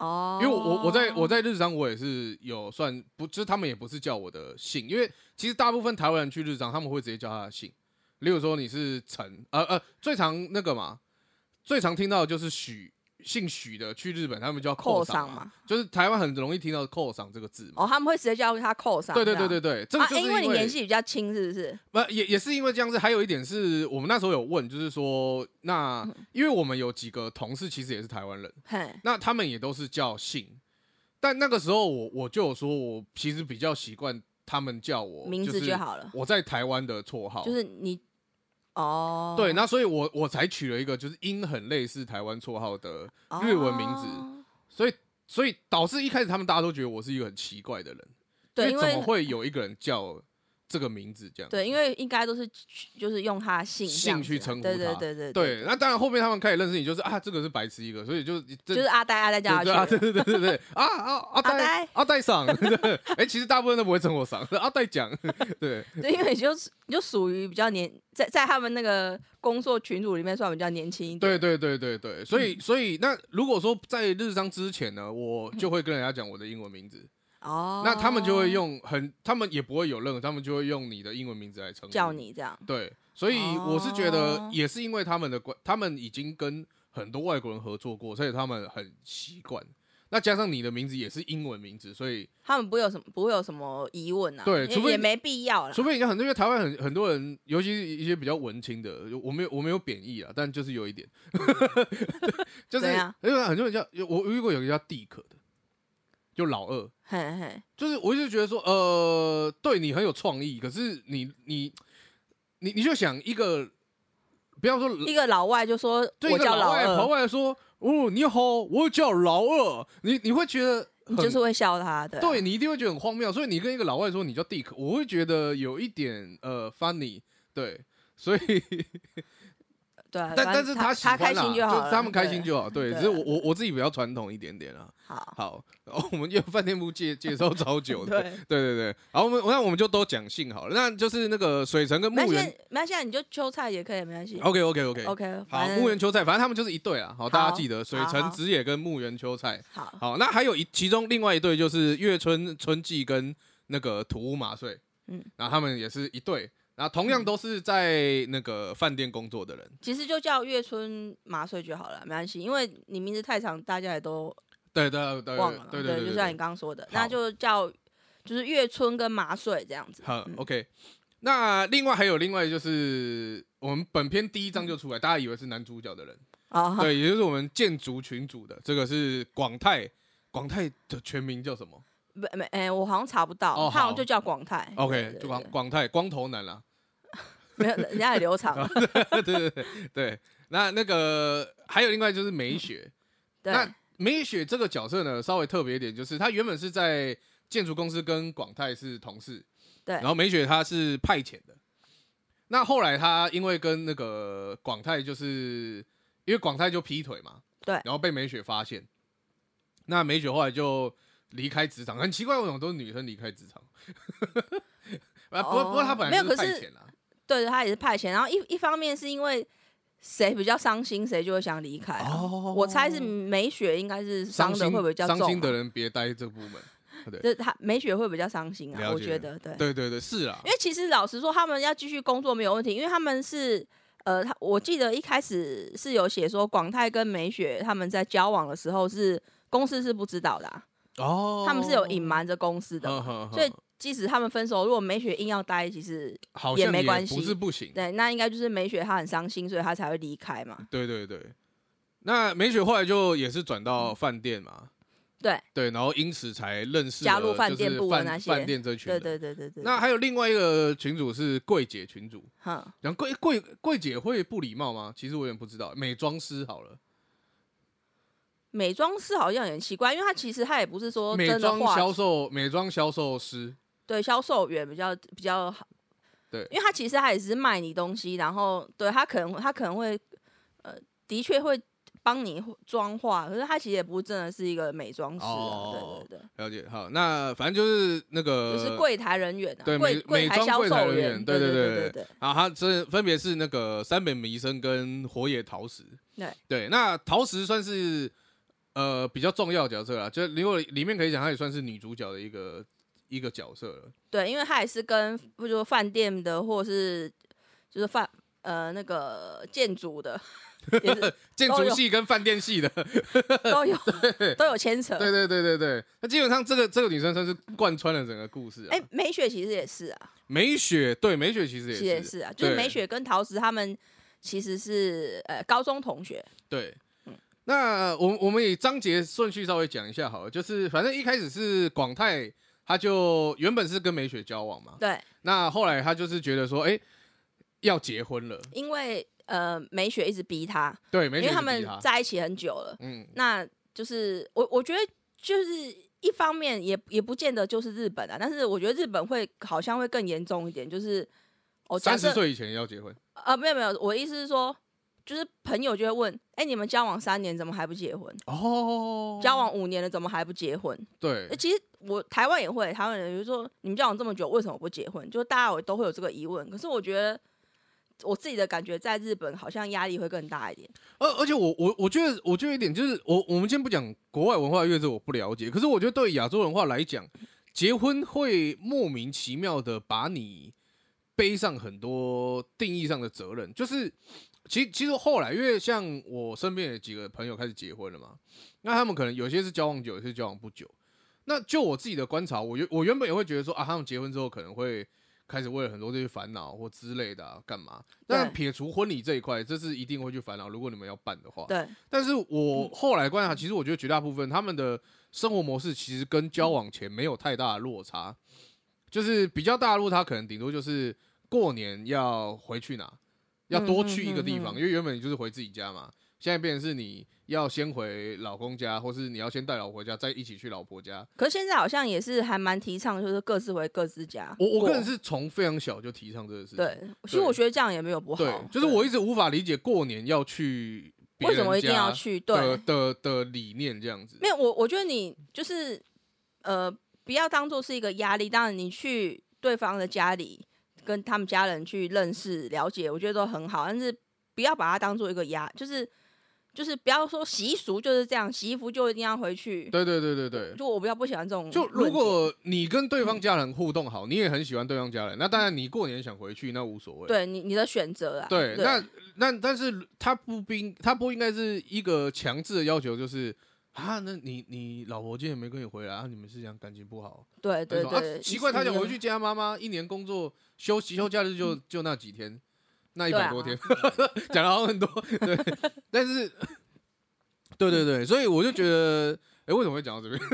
[SPEAKER 2] 哦，
[SPEAKER 1] 因为我我在我在日商我也是有算不，就是他们也不是叫我的姓，因为其实大部分台湾人去日商，他们会直接叫他的姓，例如说你是陈，呃呃，最常那个嘛，最常听到的就是许。姓许的去日本，他们叫
[SPEAKER 2] 扣
[SPEAKER 1] 扣赏
[SPEAKER 2] 赏嘛，
[SPEAKER 1] 就是台湾很容易听到扣赏这个字嘛。
[SPEAKER 2] 哦，他们会直接叫他扣上。
[SPEAKER 1] 对对
[SPEAKER 2] 这样
[SPEAKER 1] 对对对，这个
[SPEAKER 2] 啊，
[SPEAKER 1] 就是
[SPEAKER 2] 哎因为你年纪比较轻，是不是？
[SPEAKER 1] 不，也也是因为这样子。还有一点是我们那时候有问，就是说，那
[SPEAKER 2] 嗯
[SPEAKER 1] 因为我们有几个同事其实也是台湾人，
[SPEAKER 2] 嘿，
[SPEAKER 1] 那他们也都是叫姓，但那个时候我我就有说，我其实比较习惯他们叫我
[SPEAKER 2] 名字就，好了
[SPEAKER 1] 是，我在台湾的绰号，
[SPEAKER 2] 就是你哦，
[SPEAKER 1] 对，那所以我我才取了一个就是音很类似台湾绰号的，日文名字
[SPEAKER 2] 哦
[SPEAKER 1] 所以所以导致一开始他们大家都觉得我是一个很奇怪的人，
[SPEAKER 2] 对，
[SPEAKER 1] 因
[SPEAKER 2] 因
[SPEAKER 1] 为怎么
[SPEAKER 2] 为
[SPEAKER 1] 会有一个人叫这个名字这样。
[SPEAKER 2] 对，因为应该都是取就是用他的姓这
[SPEAKER 1] 姓
[SPEAKER 2] 样
[SPEAKER 1] 去
[SPEAKER 2] 子啊
[SPEAKER 1] 称呼
[SPEAKER 2] 对对
[SPEAKER 1] 他
[SPEAKER 2] 对对，
[SPEAKER 1] 对，那当然后面他们开始认识你，就是啊，这个是白痴一个，所以就这
[SPEAKER 2] 就是阿呆阿呆叫他去
[SPEAKER 1] 对啊，对
[SPEAKER 2] 的，
[SPEAKER 1] 对对对对，啊啊阿呆
[SPEAKER 2] 呆
[SPEAKER 1] 阿呆赏， 对，哎，其实大部分都不会称我赏，是阿呆讲，对
[SPEAKER 2] 对， 因为你就是你就属于比较年在在他们那个工作群组里面算比较年轻一点，
[SPEAKER 1] 对对对对对，所以所以那如果说在日商之前呢，我就会跟人家讲我的英文名字，
[SPEAKER 2] 哦，
[SPEAKER 1] 那他们就会用很，他们也不会有任何，他们就会用你的英文名字来称呼
[SPEAKER 2] 叫，你这样，
[SPEAKER 1] 对，所以我是觉得
[SPEAKER 2] 哦
[SPEAKER 1] 也是因为他们的关，他们已经跟很多外国人合作过，所以他们很习惯。那加上你的名字也是英文名字，所以
[SPEAKER 2] 他们不会有什么不会有什么疑问啊，
[SPEAKER 1] 对
[SPEAKER 2] 也
[SPEAKER 1] 除非
[SPEAKER 2] 也
[SPEAKER 1] 你
[SPEAKER 2] 没必要啦
[SPEAKER 1] 除。非你很多，因为台湾很很多人，尤其是一些比较文青的，我没有我没有贬义啊，但就是有一点， 就是
[SPEAKER 2] 怎样
[SPEAKER 1] 因为很多人叫我遇过有一个叫地可的，就老二，
[SPEAKER 2] 嘿嘿，
[SPEAKER 1] 就是我就觉得说，呃，对你很有创意，可是你你你你就想一个，不要说
[SPEAKER 2] 一个老外就说
[SPEAKER 1] 嗯对一
[SPEAKER 2] 我
[SPEAKER 1] 个
[SPEAKER 2] 叫
[SPEAKER 1] 老外跑
[SPEAKER 2] 二，
[SPEAKER 1] 过来说，哦，你好，我叫老二，你你会觉得
[SPEAKER 2] 你
[SPEAKER 1] 很
[SPEAKER 2] 就是会笑他啊的，
[SPEAKER 1] 对你一定会觉得很荒谬，所以你跟一个老外说你叫 Dick，我会觉得有一点呃 funny，对，所以
[SPEAKER 2] 对啊，
[SPEAKER 1] 但
[SPEAKER 2] 反
[SPEAKER 1] 但是
[SPEAKER 2] 正他
[SPEAKER 1] 喜欢啦，
[SPEAKER 2] 开心就好
[SPEAKER 1] 是
[SPEAKER 2] 了，
[SPEAKER 1] 他们开
[SPEAKER 2] 对
[SPEAKER 1] 心就好，对，
[SPEAKER 2] 对
[SPEAKER 1] 只是
[SPEAKER 2] 啊
[SPEAKER 1] 我我我自己比较传统一点点啊。
[SPEAKER 2] 好，
[SPEAKER 1] 好，然后我们又饭店部介介 绍超久的，
[SPEAKER 2] 对。
[SPEAKER 1] 对对对，好，我们那我们就都讲姓好了，那就是那个水城跟
[SPEAKER 2] 那
[SPEAKER 1] 墓
[SPEAKER 2] 现
[SPEAKER 1] 园
[SPEAKER 2] 在那现在你就秋菜也可以，没关系。
[SPEAKER 1] ，OK OK OK。
[SPEAKER 2] OK，
[SPEAKER 1] 好，
[SPEAKER 2] 反正
[SPEAKER 1] 木原秋菜，反正他们就是一对啊。好，大家
[SPEAKER 2] 好
[SPEAKER 1] 记得水
[SPEAKER 2] 好
[SPEAKER 1] 城
[SPEAKER 2] 好
[SPEAKER 1] 直野跟木原秋菜。
[SPEAKER 2] 好
[SPEAKER 1] 好，那还有一其中另外一对就是月村春季跟那个土屋麻穗，嗯
[SPEAKER 2] 嗯，
[SPEAKER 1] 然后他们也是一对，然后同样都是在那个饭店工作的人，
[SPEAKER 2] 其实就叫月村麻穗就好了，没关系，因为你名字太长，大家也都
[SPEAKER 1] 对对对
[SPEAKER 2] 忘了。
[SPEAKER 1] 呃对对
[SPEAKER 2] 就
[SPEAKER 1] 对
[SPEAKER 2] 像你
[SPEAKER 1] 对，
[SPEAKER 2] 刚刚说的，
[SPEAKER 1] 好
[SPEAKER 2] 那就叫就是月村跟麻穗这样子。
[SPEAKER 1] 好，OK。那另外还有另外就是我们本片第一章就出来，大家以为是男主角的人，
[SPEAKER 2] 哦，
[SPEAKER 1] 对，也就是我们建筑群组的，这个是广泰，广泰的全名叫什么
[SPEAKER 2] 不没哎，我好像查不到，
[SPEAKER 1] 哦
[SPEAKER 2] 他好
[SPEAKER 1] 好
[SPEAKER 2] 像就叫广泰。对
[SPEAKER 1] ？OK，
[SPEAKER 2] 哎对
[SPEAKER 1] 就广
[SPEAKER 2] 对
[SPEAKER 1] 广泰光头男啦，
[SPEAKER 2] 没有人家也留长。
[SPEAKER 1] 对对对对，那那个还有另外就是美雪，
[SPEAKER 2] 对，
[SPEAKER 1] 那美雪这个角色呢稍微特别一点，就是她原本是在建筑公司跟广泰是同事，
[SPEAKER 2] 对
[SPEAKER 1] 然后美雪她是派遣的，那后来她因为跟那个广泰就是因为广泰就劈腿嘛，
[SPEAKER 2] 对
[SPEAKER 1] 然后被美雪发现，那美雪后来就离开职场，很奇怪为什么都是女生离开职场。 啊，
[SPEAKER 2] 哦
[SPEAKER 1] 不过不过她本来
[SPEAKER 2] 没有
[SPEAKER 1] 就是
[SPEAKER 2] 可
[SPEAKER 1] 派
[SPEAKER 2] 是
[SPEAKER 1] 遣啦，啊
[SPEAKER 2] 对他也是派遣，然后一一方面是因为谁比较伤心，谁就会想离开啊。
[SPEAKER 1] 哦
[SPEAKER 2] 我猜是美雪应该是伤
[SPEAKER 1] 伤
[SPEAKER 2] 的
[SPEAKER 1] 心
[SPEAKER 2] 会比较重啊，
[SPEAKER 1] 伤心的人别待这部门。对
[SPEAKER 2] 这他美雪会比较伤心啊，
[SPEAKER 1] 了
[SPEAKER 2] 我
[SPEAKER 1] 解
[SPEAKER 2] 觉得对。
[SPEAKER 1] 对对对，是啊啦
[SPEAKER 2] 因，为其实老实说，他们要继续工作没有问题，因为他们是呃，他我记得一开始是有写说广泰跟美雪他们在交往的时候是公司是不知道的啊、
[SPEAKER 1] 哦，
[SPEAKER 2] 他们是有隐瞒着公司的嘛，
[SPEAKER 1] 呵呵呵，
[SPEAKER 2] 所以即使他们分手，如果美雪硬要待，其实
[SPEAKER 1] 好
[SPEAKER 2] 也
[SPEAKER 1] 像
[SPEAKER 2] 没关
[SPEAKER 1] 不
[SPEAKER 2] 系
[SPEAKER 1] 是不行。
[SPEAKER 2] 对，那应该就是美雪她很伤心，所以她才会离开嘛。
[SPEAKER 1] 对对对，那美雪后来就也是转
[SPEAKER 2] 嗯
[SPEAKER 1] 到饭店嘛，
[SPEAKER 2] 对
[SPEAKER 1] 对，然后因此才认识
[SPEAKER 2] 加
[SPEAKER 1] 了
[SPEAKER 2] 入饭
[SPEAKER 1] 就是
[SPEAKER 2] 店部
[SPEAKER 1] 饭
[SPEAKER 2] 的那些
[SPEAKER 1] 饭店这群
[SPEAKER 2] 对
[SPEAKER 1] 人。
[SPEAKER 2] 对对对对，
[SPEAKER 1] 那还有另外一个群主是柜姐群主，
[SPEAKER 2] 哼，
[SPEAKER 1] 然后柜柜柜姐会不礼貌吗？其实我也不知道，美妆师好了，
[SPEAKER 2] 美妆师好像也很奇怪，因为她其实她也不是说
[SPEAKER 1] 美
[SPEAKER 2] 真的
[SPEAKER 1] 妆
[SPEAKER 2] 化
[SPEAKER 1] 销售美妆销售师，
[SPEAKER 2] 对销售员比较比较好，
[SPEAKER 1] 对
[SPEAKER 2] 因为他其实他也只是卖你东西，然后对他可能他可能会呃，的确会帮你妆化，可是他其实也不真的是一个美妆师、啊，
[SPEAKER 1] 哦
[SPEAKER 2] 对对对，
[SPEAKER 1] 了解。好，那反正就是那个
[SPEAKER 2] 就是柜台人员啊，
[SPEAKER 1] 对美
[SPEAKER 2] 柜柜
[SPEAKER 1] 美
[SPEAKER 2] 台
[SPEAKER 1] 妆
[SPEAKER 2] 销
[SPEAKER 1] 柜台
[SPEAKER 2] 售
[SPEAKER 1] 人员
[SPEAKER 2] 员，
[SPEAKER 1] 对
[SPEAKER 2] 对
[SPEAKER 1] 对对
[SPEAKER 2] 对
[SPEAKER 1] 对
[SPEAKER 2] 对，
[SPEAKER 1] 啊，他这分别是那个三本弥生跟火野桃石。
[SPEAKER 2] 对
[SPEAKER 1] 那桃石算是呃比较重要的角色啦，就如果里面可以讲，她也算是女主角的一个一个角色了。
[SPEAKER 2] 对因为他也是跟不就饭店的或是就是饭呃那个建筑的 也是
[SPEAKER 1] 建筑系跟饭店 系的，
[SPEAKER 2] 都有都有牵扯，
[SPEAKER 1] 对对对对对。那基本上这个这个女生算是贯穿了整个故事、啊。
[SPEAKER 2] 哎、美雪其实也是啊，
[SPEAKER 1] 美雪对美雪其实也
[SPEAKER 2] 其实也是啊，就
[SPEAKER 1] 对
[SPEAKER 2] 是美雪跟陶石他们其实是呃高中同学，
[SPEAKER 1] 对，
[SPEAKER 2] 嗯
[SPEAKER 1] 那我我们以章节顺序稍微讲一下好了，就是反正一开始是广泰，他就原本是跟美雪交往嘛，
[SPEAKER 2] 对，
[SPEAKER 1] 那后来他就是觉得说，哎、要结婚了，
[SPEAKER 2] 因为呃美雪一直逼他，
[SPEAKER 1] 对，美
[SPEAKER 2] 因
[SPEAKER 1] 雪
[SPEAKER 2] 为
[SPEAKER 1] 一直
[SPEAKER 2] 他
[SPEAKER 1] 逼
[SPEAKER 2] 们在一起很久了，
[SPEAKER 1] 嗯，
[SPEAKER 2] 那就是我我觉得就是一方面也也不见得就是日本啊，但是我觉得日本会好像会更严重一点，就是哦，假
[SPEAKER 1] 三十
[SPEAKER 2] 设
[SPEAKER 1] 岁以前要结婚，
[SPEAKER 2] 啊，没有没有，我的意思是说，就是朋友就会问，哎、你们交往三年怎么还不结婚？
[SPEAKER 1] 哦嗯
[SPEAKER 2] 交往五年了怎么还不结婚？
[SPEAKER 1] 对
[SPEAKER 2] 呃，其实我台湾也会，台湾人就说你们交往这么久为什么不结婚？就大家有都会有这个疑问，可是我觉得我自己的感觉，在日本好像压力会更大一点。
[SPEAKER 1] 而而且我我我觉得我觉得一点就是我我们先不讲国外文化，因为这我不了解。可是我觉得对亚洲文化来讲，结婚会莫名其妙的把你背上很多定义上的责任。就是其其实后来，因为像我身边的几个朋友开始结婚了嘛，那他们可能有些是交往久，有些是交往不久。那就我自己的观察，我原我原本也会觉得说啊，他们结婚之后可能会开始为了很多这些烦恼或之类的、啊、干嘛。但
[SPEAKER 2] 对
[SPEAKER 1] 撇除婚礼这一块，这是一定会去烦恼。如果你们要办的话，
[SPEAKER 2] 对，嗯
[SPEAKER 1] 但是我后来观察，其实我觉得绝大部分他们的生活模式其实跟交往前没有太大的落差，就是比较大的落差可能顶多就是过年要回去哪，要多去一个地方，
[SPEAKER 2] 嗯嗯嗯嗯
[SPEAKER 1] 因为原本你就是回自己家嘛，现在变成是你要先回老公家，或是你要先带老婆家，再一起去老婆家。
[SPEAKER 2] 可是现在好像也是还蛮提倡，就是各自回各自家过。
[SPEAKER 1] 我我个人是从非常小就提倡这个事情，
[SPEAKER 2] 对，其实我觉得这样也没有不
[SPEAKER 1] 对
[SPEAKER 2] 好，，
[SPEAKER 1] 就是
[SPEAKER 2] 对
[SPEAKER 1] 我一直无法理解过年要去别
[SPEAKER 2] 为什么
[SPEAKER 1] 人
[SPEAKER 2] 一定要
[SPEAKER 1] 家
[SPEAKER 2] 去？对，
[SPEAKER 1] 的的的理念这样子。
[SPEAKER 2] 没有，我我觉得你就是呃，不要当做是一个压力。当然，你去对方的家里跟他们家人去认识、了解，我觉得都很好。但是不要把它当做一个压，就是就是不要说习俗就是这样，洗衣服就一定要回去。
[SPEAKER 1] 对对对对对，
[SPEAKER 2] 就我比较不喜欢这种论
[SPEAKER 1] 就
[SPEAKER 2] 点。嗯
[SPEAKER 1] 如果你跟对方家人互动好，你也很喜欢对方家人，那当然你过年想回去那无所谓。
[SPEAKER 2] 对你你的选择啊，
[SPEAKER 1] 对那那但是他不应他不应该是一个强制的要求，就是啊，那你你老婆今天没跟你回来，啊、你们是讲感情不好？
[SPEAKER 2] 对对
[SPEAKER 1] 还是
[SPEAKER 2] 对，
[SPEAKER 1] 说啊，奇怪，
[SPEAKER 2] 你
[SPEAKER 1] 他想
[SPEAKER 2] 你
[SPEAKER 1] 回去见他妈妈，一年工作休息休假日就就那几天，那一
[SPEAKER 2] 嗯对
[SPEAKER 1] 百
[SPEAKER 2] 啊
[SPEAKER 1] 多天， 讲的好像很多， 对，但是， 对对对，所以我就觉得，哎、为什么会讲到这边？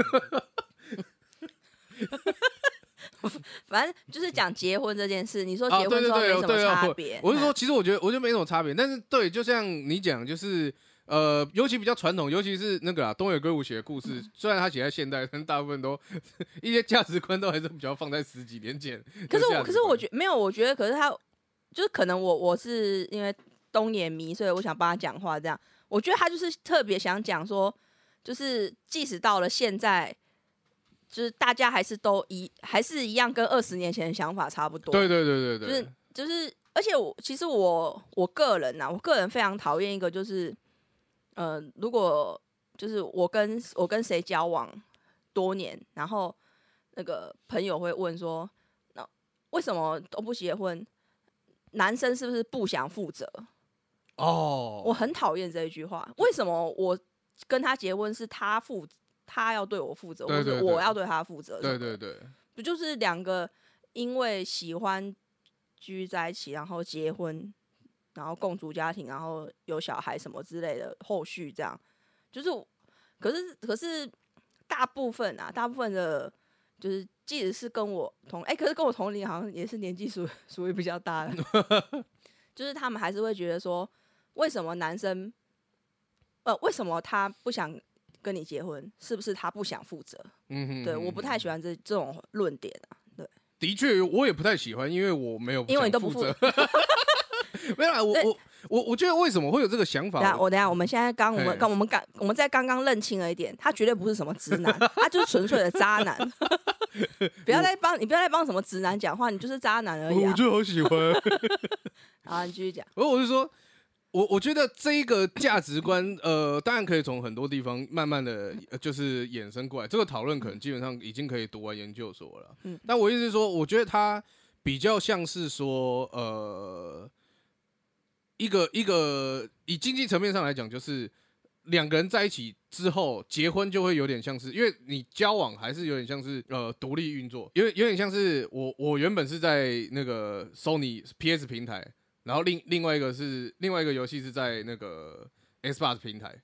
[SPEAKER 2] 反正就是讲结婚这件事，你说
[SPEAKER 1] 啊
[SPEAKER 2] 结
[SPEAKER 1] 对
[SPEAKER 2] 婚
[SPEAKER 1] 对
[SPEAKER 2] 之后没
[SPEAKER 1] 对
[SPEAKER 2] 什么
[SPEAKER 1] 对啊
[SPEAKER 2] 差别，
[SPEAKER 1] 我是说，
[SPEAKER 2] 嗯
[SPEAKER 1] 其实我觉得我觉得没什么差别，但是对，就像你讲，就是呃，尤其比较传统，尤其是那个啦，啊东野圭吾写的故
[SPEAKER 2] 嗯
[SPEAKER 1] 事，虽然他写在现代，但大部分都 一些价值观都还是比较放在十几年前的价值观。
[SPEAKER 2] 可是我，可是我觉没有，我觉得，可是他就是可能我我是因为东野迷，所以我想帮他讲话。这样，我觉得他就是特别想讲说，就是即使到了现在，就是大家还是都一还是一样，跟二十年前的想法差不多。
[SPEAKER 1] 对对对对
[SPEAKER 2] 就
[SPEAKER 1] 对，
[SPEAKER 2] 是就是，而且我其实我我个人呐、我个人非常讨厌一个就是，呃，如果就是我跟我跟谁交往多年，然后那个朋友会问说，那、为什么都不结婚？男生是不是不想负责？
[SPEAKER 1] 哦，
[SPEAKER 2] 我很讨厌这一句话。为什么我跟他结婚是他负，他要对我负责，
[SPEAKER 1] 对
[SPEAKER 2] 或
[SPEAKER 1] 对
[SPEAKER 2] 是
[SPEAKER 1] 对
[SPEAKER 2] 我要对他负责？
[SPEAKER 1] 对对对
[SPEAKER 2] 不就是两个因为喜欢居在一起，然后结婚，然后共组家庭，然后有小孩什么之类的后续这样，就是我可是可是大部分啊，大部分的，就是即使是跟我同哎、可是跟我同龄好像也是年纪属 属于比较大 的，就是他们还是会觉得说，为什么男生，呃，为什么他不想跟你结婚？是不是他不想负责？
[SPEAKER 1] 嗯哼，
[SPEAKER 2] 对，
[SPEAKER 1] 嗯
[SPEAKER 2] 我不
[SPEAKER 1] 哼
[SPEAKER 2] 太喜欢这这种论点啊，
[SPEAKER 1] 的确，我也不太喜欢，因为我没有，
[SPEAKER 2] 因为你都不
[SPEAKER 1] 负责。 没有啦，啊我
[SPEAKER 2] 对
[SPEAKER 1] 我我我觉得为什么会有这个想
[SPEAKER 2] 等下
[SPEAKER 1] 法？
[SPEAKER 2] 我等下，我们现在刚我们
[SPEAKER 1] 嘿
[SPEAKER 2] 刚我们刚我们在刚刚认清了一点，他绝对不是什么直男，他就是纯粹的渣 男。不要再帮你不要再帮什么直男讲话，你就是渣男而已
[SPEAKER 1] 我
[SPEAKER 2] 啊！
[SPEAKER 1] 就好喜 欢。
[SPEAKER 2] 好，你继续讲。
[SPEAKER 1] 我我是说，我我觉得这一个价值观，呃，当然可以从很多地方慢慢的、呃就是衍生过来。这个讨论可能基本上已经可以读完研究所了。
[SPEAKER 2] 嗯
[SPEAKER 1] 但我意思是说，我觉得它比较像是说，呃，一个一个以经济层面上来讲，就是两个人在一起之后结婚就会有点像是，因为你交往还是有点像是呃独立运作，有点有点像是我我原本是在那个 Sony PS 平台，然后另另外一个是另外一个游戏是在那个 Xbox 平台，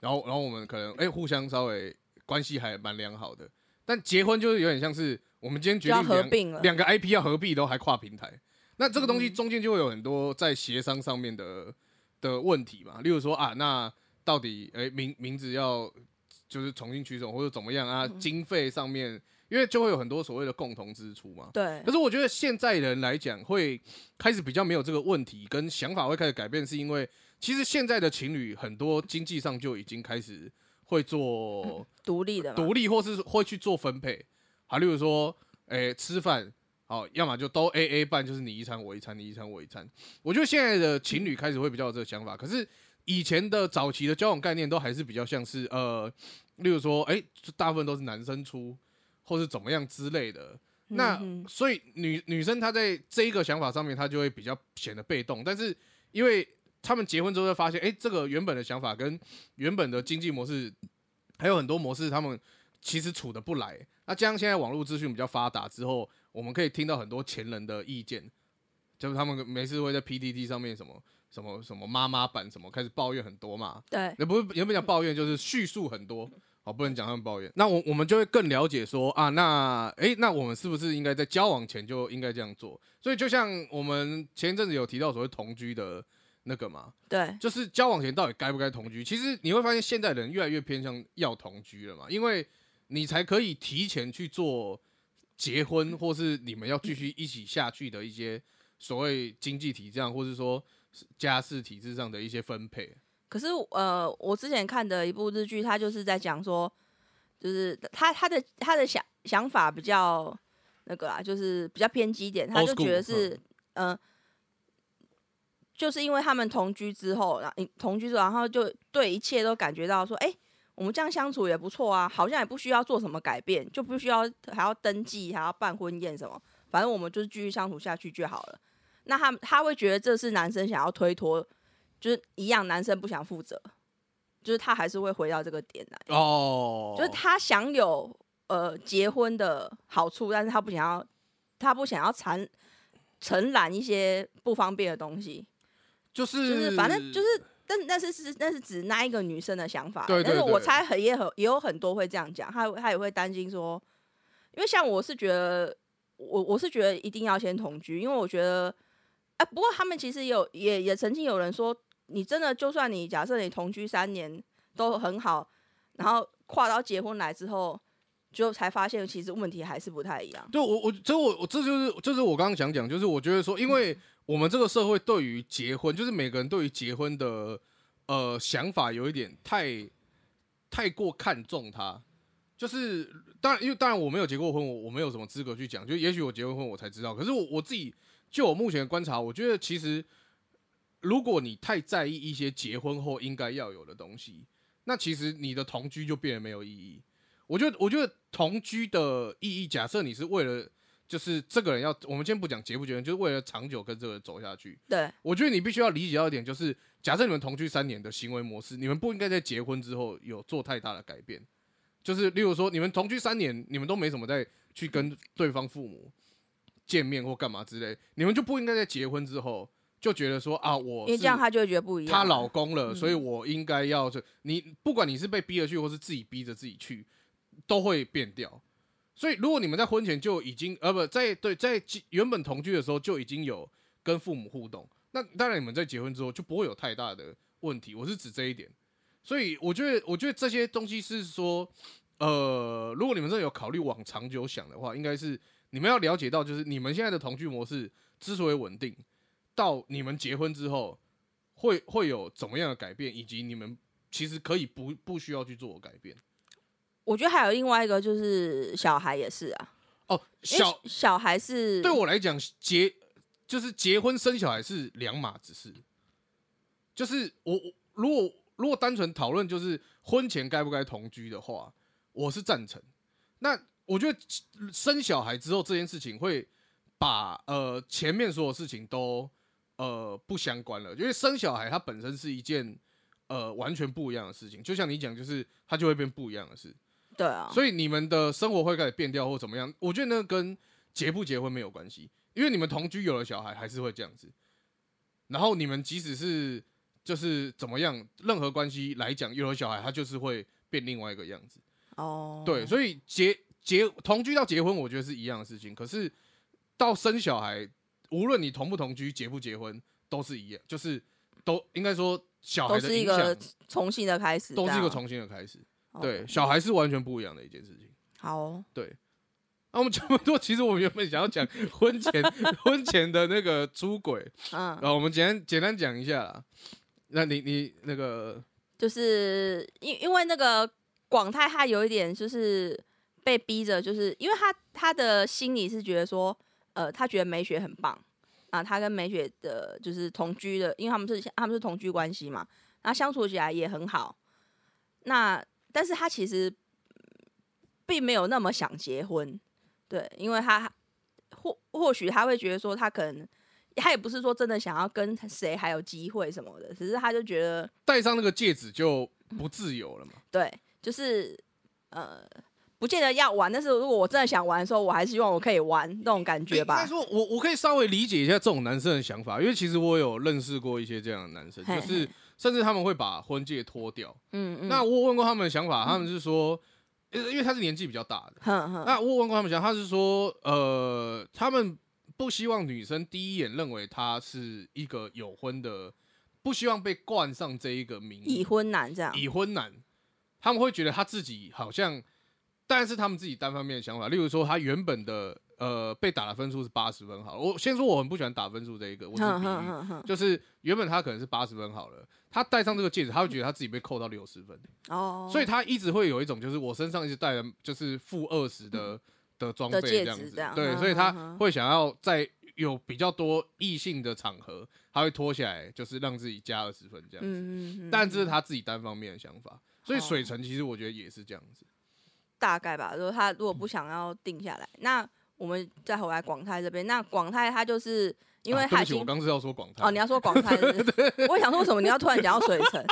[SPEAKER 1] 然后然后我们可能哎、互相稍微关系还蛮良好的，但结婚就是有点像是我们今天决定
[SPEAKER 2] 就要合
[SPEAKER 1] 两
[SPEAKER 2] 并了
[SPEAKER 1] 两个 IP 要合并，都还跨平台，那这个东西
[SPEAKER 2] 嗯
[SPEAKER 1] 中间就会有很多在协商上面的的问题嘛，例如说啊那。到底诶、名名字要就是重新取舍或者怎么样啊，经费上面，因为就会有很多所谓的共同支出嘛。
[SPEAKER 2] 对
[SPEAKER 1] 可，是我觉得现在人来讲，会开始比较没有这个问题，跟想法会开始改变，是因为其实现在的情侣很多经济上就已经开始会做
[SPEAKER 2] 独立的嘛，
[SPEAKER 1] 独立，或是会去做分配。好，例如说，诶、吃饭，好，要么就都 A A 办，就是你一餐我一餐，你一餐我一餐。我觉得现在的情侣开始会比较有这个想法，可是以前的早期的交往概念都还是比较像是呃，例如说，诶、就大部分都是男生出，或是怎么样之类的。那、
[SPEAKER 2] 嗯哼
[SPEAKER 1] 所以女女生她在这一个想法上面，她就会比较显得被动。但是因为他们结婚之后，发现哎、诶这个原本的想法跟原本的经济模式，还有很多模式，他们其实处的不来。那加上现在网络资讯比较发达之后，我们可以听到很多前人的意见，就是他们每次会在 PTT 上面什么什么什么妈妈版什么开始抱怨很多嘛。
[SPEAKER 2] 对，
[SPEAKER 1] 也不是也不讲抱怨，就是叙述很多。好，不能讲他们抱怨。那我我们就会更了解说啊，那诶，那我们是不是应该在交往前就应该这样做？所以就像我们前一阵子有提到所谓同居的那个嘛，
[SPEAKER 2] 对，
[SPEAKER 1] 就是交往前到底该不该同居？其实你会发现，现代人越来越偏向要同居了嘛，因为你才可以提前去做结婚，或是你们要继续一起下去的一些所谓经济体制上，或是说家事体制上的一些分配。
[SPEAKER 2] 可是呃，我之前看的一部日剧，它就是在讲说，就是他他的他的想想法比较那个啊，就是比较偏激一点，他
[SPEAKER 1] Old
[SPEAKER 2] 就觉得
[SPEAKER 1] school，嗯
[SPEAKER 2] 是呃，就是因为他们同居之后，然后同居之后，然后就对一切都感觉到说，哎、我们这样相处也不错啊，好像也不需要做什么改变，就不需要还要登记，还要办婚宴什么，反正我们就是继续相处下去就好了。那他他会觉得这是男生想要推脱，就是一样，男生不想负责，就是他还是会回到这个点来，
[SPEAKER 1] 哦，
[SPEAKER 2] 就是他享有呃结婚的好处，但是他不想要，他不想要承承揽一些不方便的东西，
[SPEAKER 1] 就是
[SPEAKER 2] 就是反正就是，但但是是那是指那一个女生的想法，
[SPEAKER 1] 对对
[SPEAKER 2] 但是
[SPEAKER 1] 对
[SPEAKER 2] 我猜很也很也有很多会这样讲，他他也会担心说，因为像我是觉得我我是觉得一定要先同居，因为我觉得哎、不过他们其实也有也也曾经有人说，你真的就算你假设你同居三年都很好，然后跨到结婚来之后。就才发现，其实问题还是不太一样。
[SPEAKER 1] 对我我这我我这就是这是我刚刚想讲，就是我觉得说，因
[SPEAKER 2] 嗯
[SPEAKER 1] 为我们这个社会对于结婚，就是每个人对于结婚的呃想法有一点太太过看重它，就是当然因为当然我没有结过婚，我我没有什么资格去讲，就也许我结过婚我才知道，可是我我自己就我目前的观察，我觉得其实如果你太在意一些结婚后应该要有的东西，那其实你的同居就变得没有意义。我觉得，我觉得同居的意义，假设你是为了就是这个人要，我们先不讲结不结婚，就是为了长久跟这个人走下去。
[SPEAKER 2] 对，
[SPEAKER 1] 我觉得你必须要理解到一点，就是假设你们同居三年的行为模式，你们不应该在结婚之后有做太大的改变。就是例如说，你们同居三年，你们都没什么再去跟对方父母见面或干嘛之类，你们就不应该在结婚之后就觉得说啊，我
[SPEAKER 2] 因为
[SPEAKER 1] 是
[SPEAKER 2] 这样他就会觉得不一样。啊
[SPEAKER 1] 她老公了，所以我应该要就你，不管你是被逼着去，或是自己逼着自己去，都会变掉。所以，如果你们在婚前就已经呃不在对在结原本同居的时候就已经有跟父母互动，那当然你们在结婚之后就不会有太大的问题。我是指这一点，所以我觉得我觉得这些东西是说，呃，如果你们真的有考虑往长久想的话，应该是你们要了解到，就是你们现在的同居模式之所以稳定，到你们结婚之后，会会有怎么样的改变，以及你们其实可以不不需要去做改变。
[SPEAKER 2] 我觉得还有另外一个就是小孩也是啊，
[SPEAKER 1] 哦，
[SPEAKER 2] 因为
[SPEAKER 1] 小
[SPEAKER 2] 小孩是
[SPEAKER 1] 对我来讲，结就是结婚生小孩是两码子事。就是我我如果如果单纯讨论就是婚前该不该同居的话，我是赞成。那我觉得生小孩之后这件事情会把呃前面所有事情都呃不相关了，因为生小孩它本身是一件呃完全不一样的事情，就像你讲，就是它就会变不一样的事。
[SPEAKER 2] 对啊，
[SPEAKER 1] 所以你们的生活会开始变掉或怎么样？我觉得那跟结不结婚没有关系，因为你们同居有了小孩还是会这样子。然后你们即使是就是怎么样，任何关系来讲，有了小孩他就是会变另外一个样子。
[SPEAKER 2] 哦，
[SPEAKER 1] 对，所以结结同居到结婚，我觉得是一样的事情。可是到生小孩，无论你同不同居、结不结婚，都是一样，就是都应该说小孩
[SPEAKER 2] 都
[SPEAKER 1] 的
[SPEAKER 2] 是一
[SPEAKER 1] 影响
[SPEAKER 2] 个重新的开始这
[SPEAKER 1] 都
[SPEAKER 2] 样，
[SPEAKER 1] 是一个重新的开始。对，小孩是完全不一样的一件事情。
[SPEAKER 2] 好哦，
[SPEAKER 1] 对。那、我们这么多，其实我们原本想要 讲婚前婚前的那个出轨，
[SPEAKER 2] 嗯，
[SPEAKER 1] 然后我们简单简单讲一下啦。那你你那个
[SPEAKER 2] 就是因因为那个广泰他有一点就是被逼着，就是因为他他的心里是觉得说，呃，他觉得美雪很棒啊，他跟美雪的就是同居的，因为他们是他们是同居关系嘛，然后相处起来也很好。那但是他其实并没有那么想结婚，对，因为他或或许他会觉得说，他可能他也不是说真的想要跟谁还有机会什么的，只是他就觉得。
[SPEAKER 1] 戴上那个戒指就不自由了嘛？
[SPEAKER 2] 对，就是呃，不见得要玩，但是如果我真的想玩的时候，我还是希望我可以玩那种感觉
[SPEAKER 1] 应
[SPEAKER 2] 吧
[SPEAKER 1] 该。说我我可以稍微理解一下这种男生的想法，因为其实我有认识过一些这样的男生，
[SPEAKER 2] 嘿
[SPEAKER 1] 就是甚至他们会把婚戒脱掉。
[SPEAKER 2] 嗯嗯，
[SPEAKER 1] 那我问过他们的想法，他们是说，呃因为他是年纪比较大的，
[SPEAKER 2] 哼哼，
[SPEAKER 1] 那我问过他们想法，他是说，呃，他们不希望女生第一眼认为他是一个有婚的，不希望被冠上这一个名义
[SPEAKER 2] 已婚啊男这样，
[SPEAKER 1] 已婚男，他们会觉得他自己好像，但是他们自己单方面的想法，例如说他原本的呃被打的分数是八十分好了，我先说我很不喜欢打分数这一个，我只是
[SPEAKER 2] 哼
[SPEAKER 1] 比
[SPEAKER 2] 哼
[SPEAKER 1] 喻，
[SPEAKER 2] 哼哼，
[SPEAKER 1] 就是原本他可能是八十分好了，他戴上这个戒指，他会觉得他自己被扣到六十分，
[SPEAKER 2] 哦，
[SPEAKER 1] 所以他一直会有一种就是我身上一直带着就是负二十的的装备
[SPEAKER 2] 嗯的戒
[SPEAKER 1] 这样
[SPEAKER 2] 指
[SPEAKER 1] 子
[SPEAKER 2] 这，样
[SPEAKER 1] 对，
[SPEAKER 2] 嗯
[SPEAKER 1] 所以
[SPEAKER 2] 嗯
[SPEAKER 1] 他
[SPEAKER 2] 嗯
[SPEAKER 1] 会想要在有比较多异性的场合，他会脱下来，就是让自己加二十分这样子。
[SPEAKER 2] 嗯嗯嗯，
[SPEAKER 1] 但
[SPEAKER 2] 嗯
[SPEAKER 1] 这是他自己单方面的想法。所以
[SPEAKER 2] 哦
[SPEAKER 1] 水城其实我觉得也是这样子。
[SPEAKER 2] 大概吧，就是他如果不想要定下来，那我们再回来广泰这边，那广泰他就是因为
[SPEAKER 1] 啊对
[SPEAKER 2] 他
[SPEAKER 1] 不
[SPEAKER 2] 已
[SPEAKER 1] 起，
[SPEAKER 2] 经
[SPEAKER 1] 我刚是要说广泰
[SPEAKER 2] 哦，你要说广泰是不是，我也想说为什么你要突然讲到水城？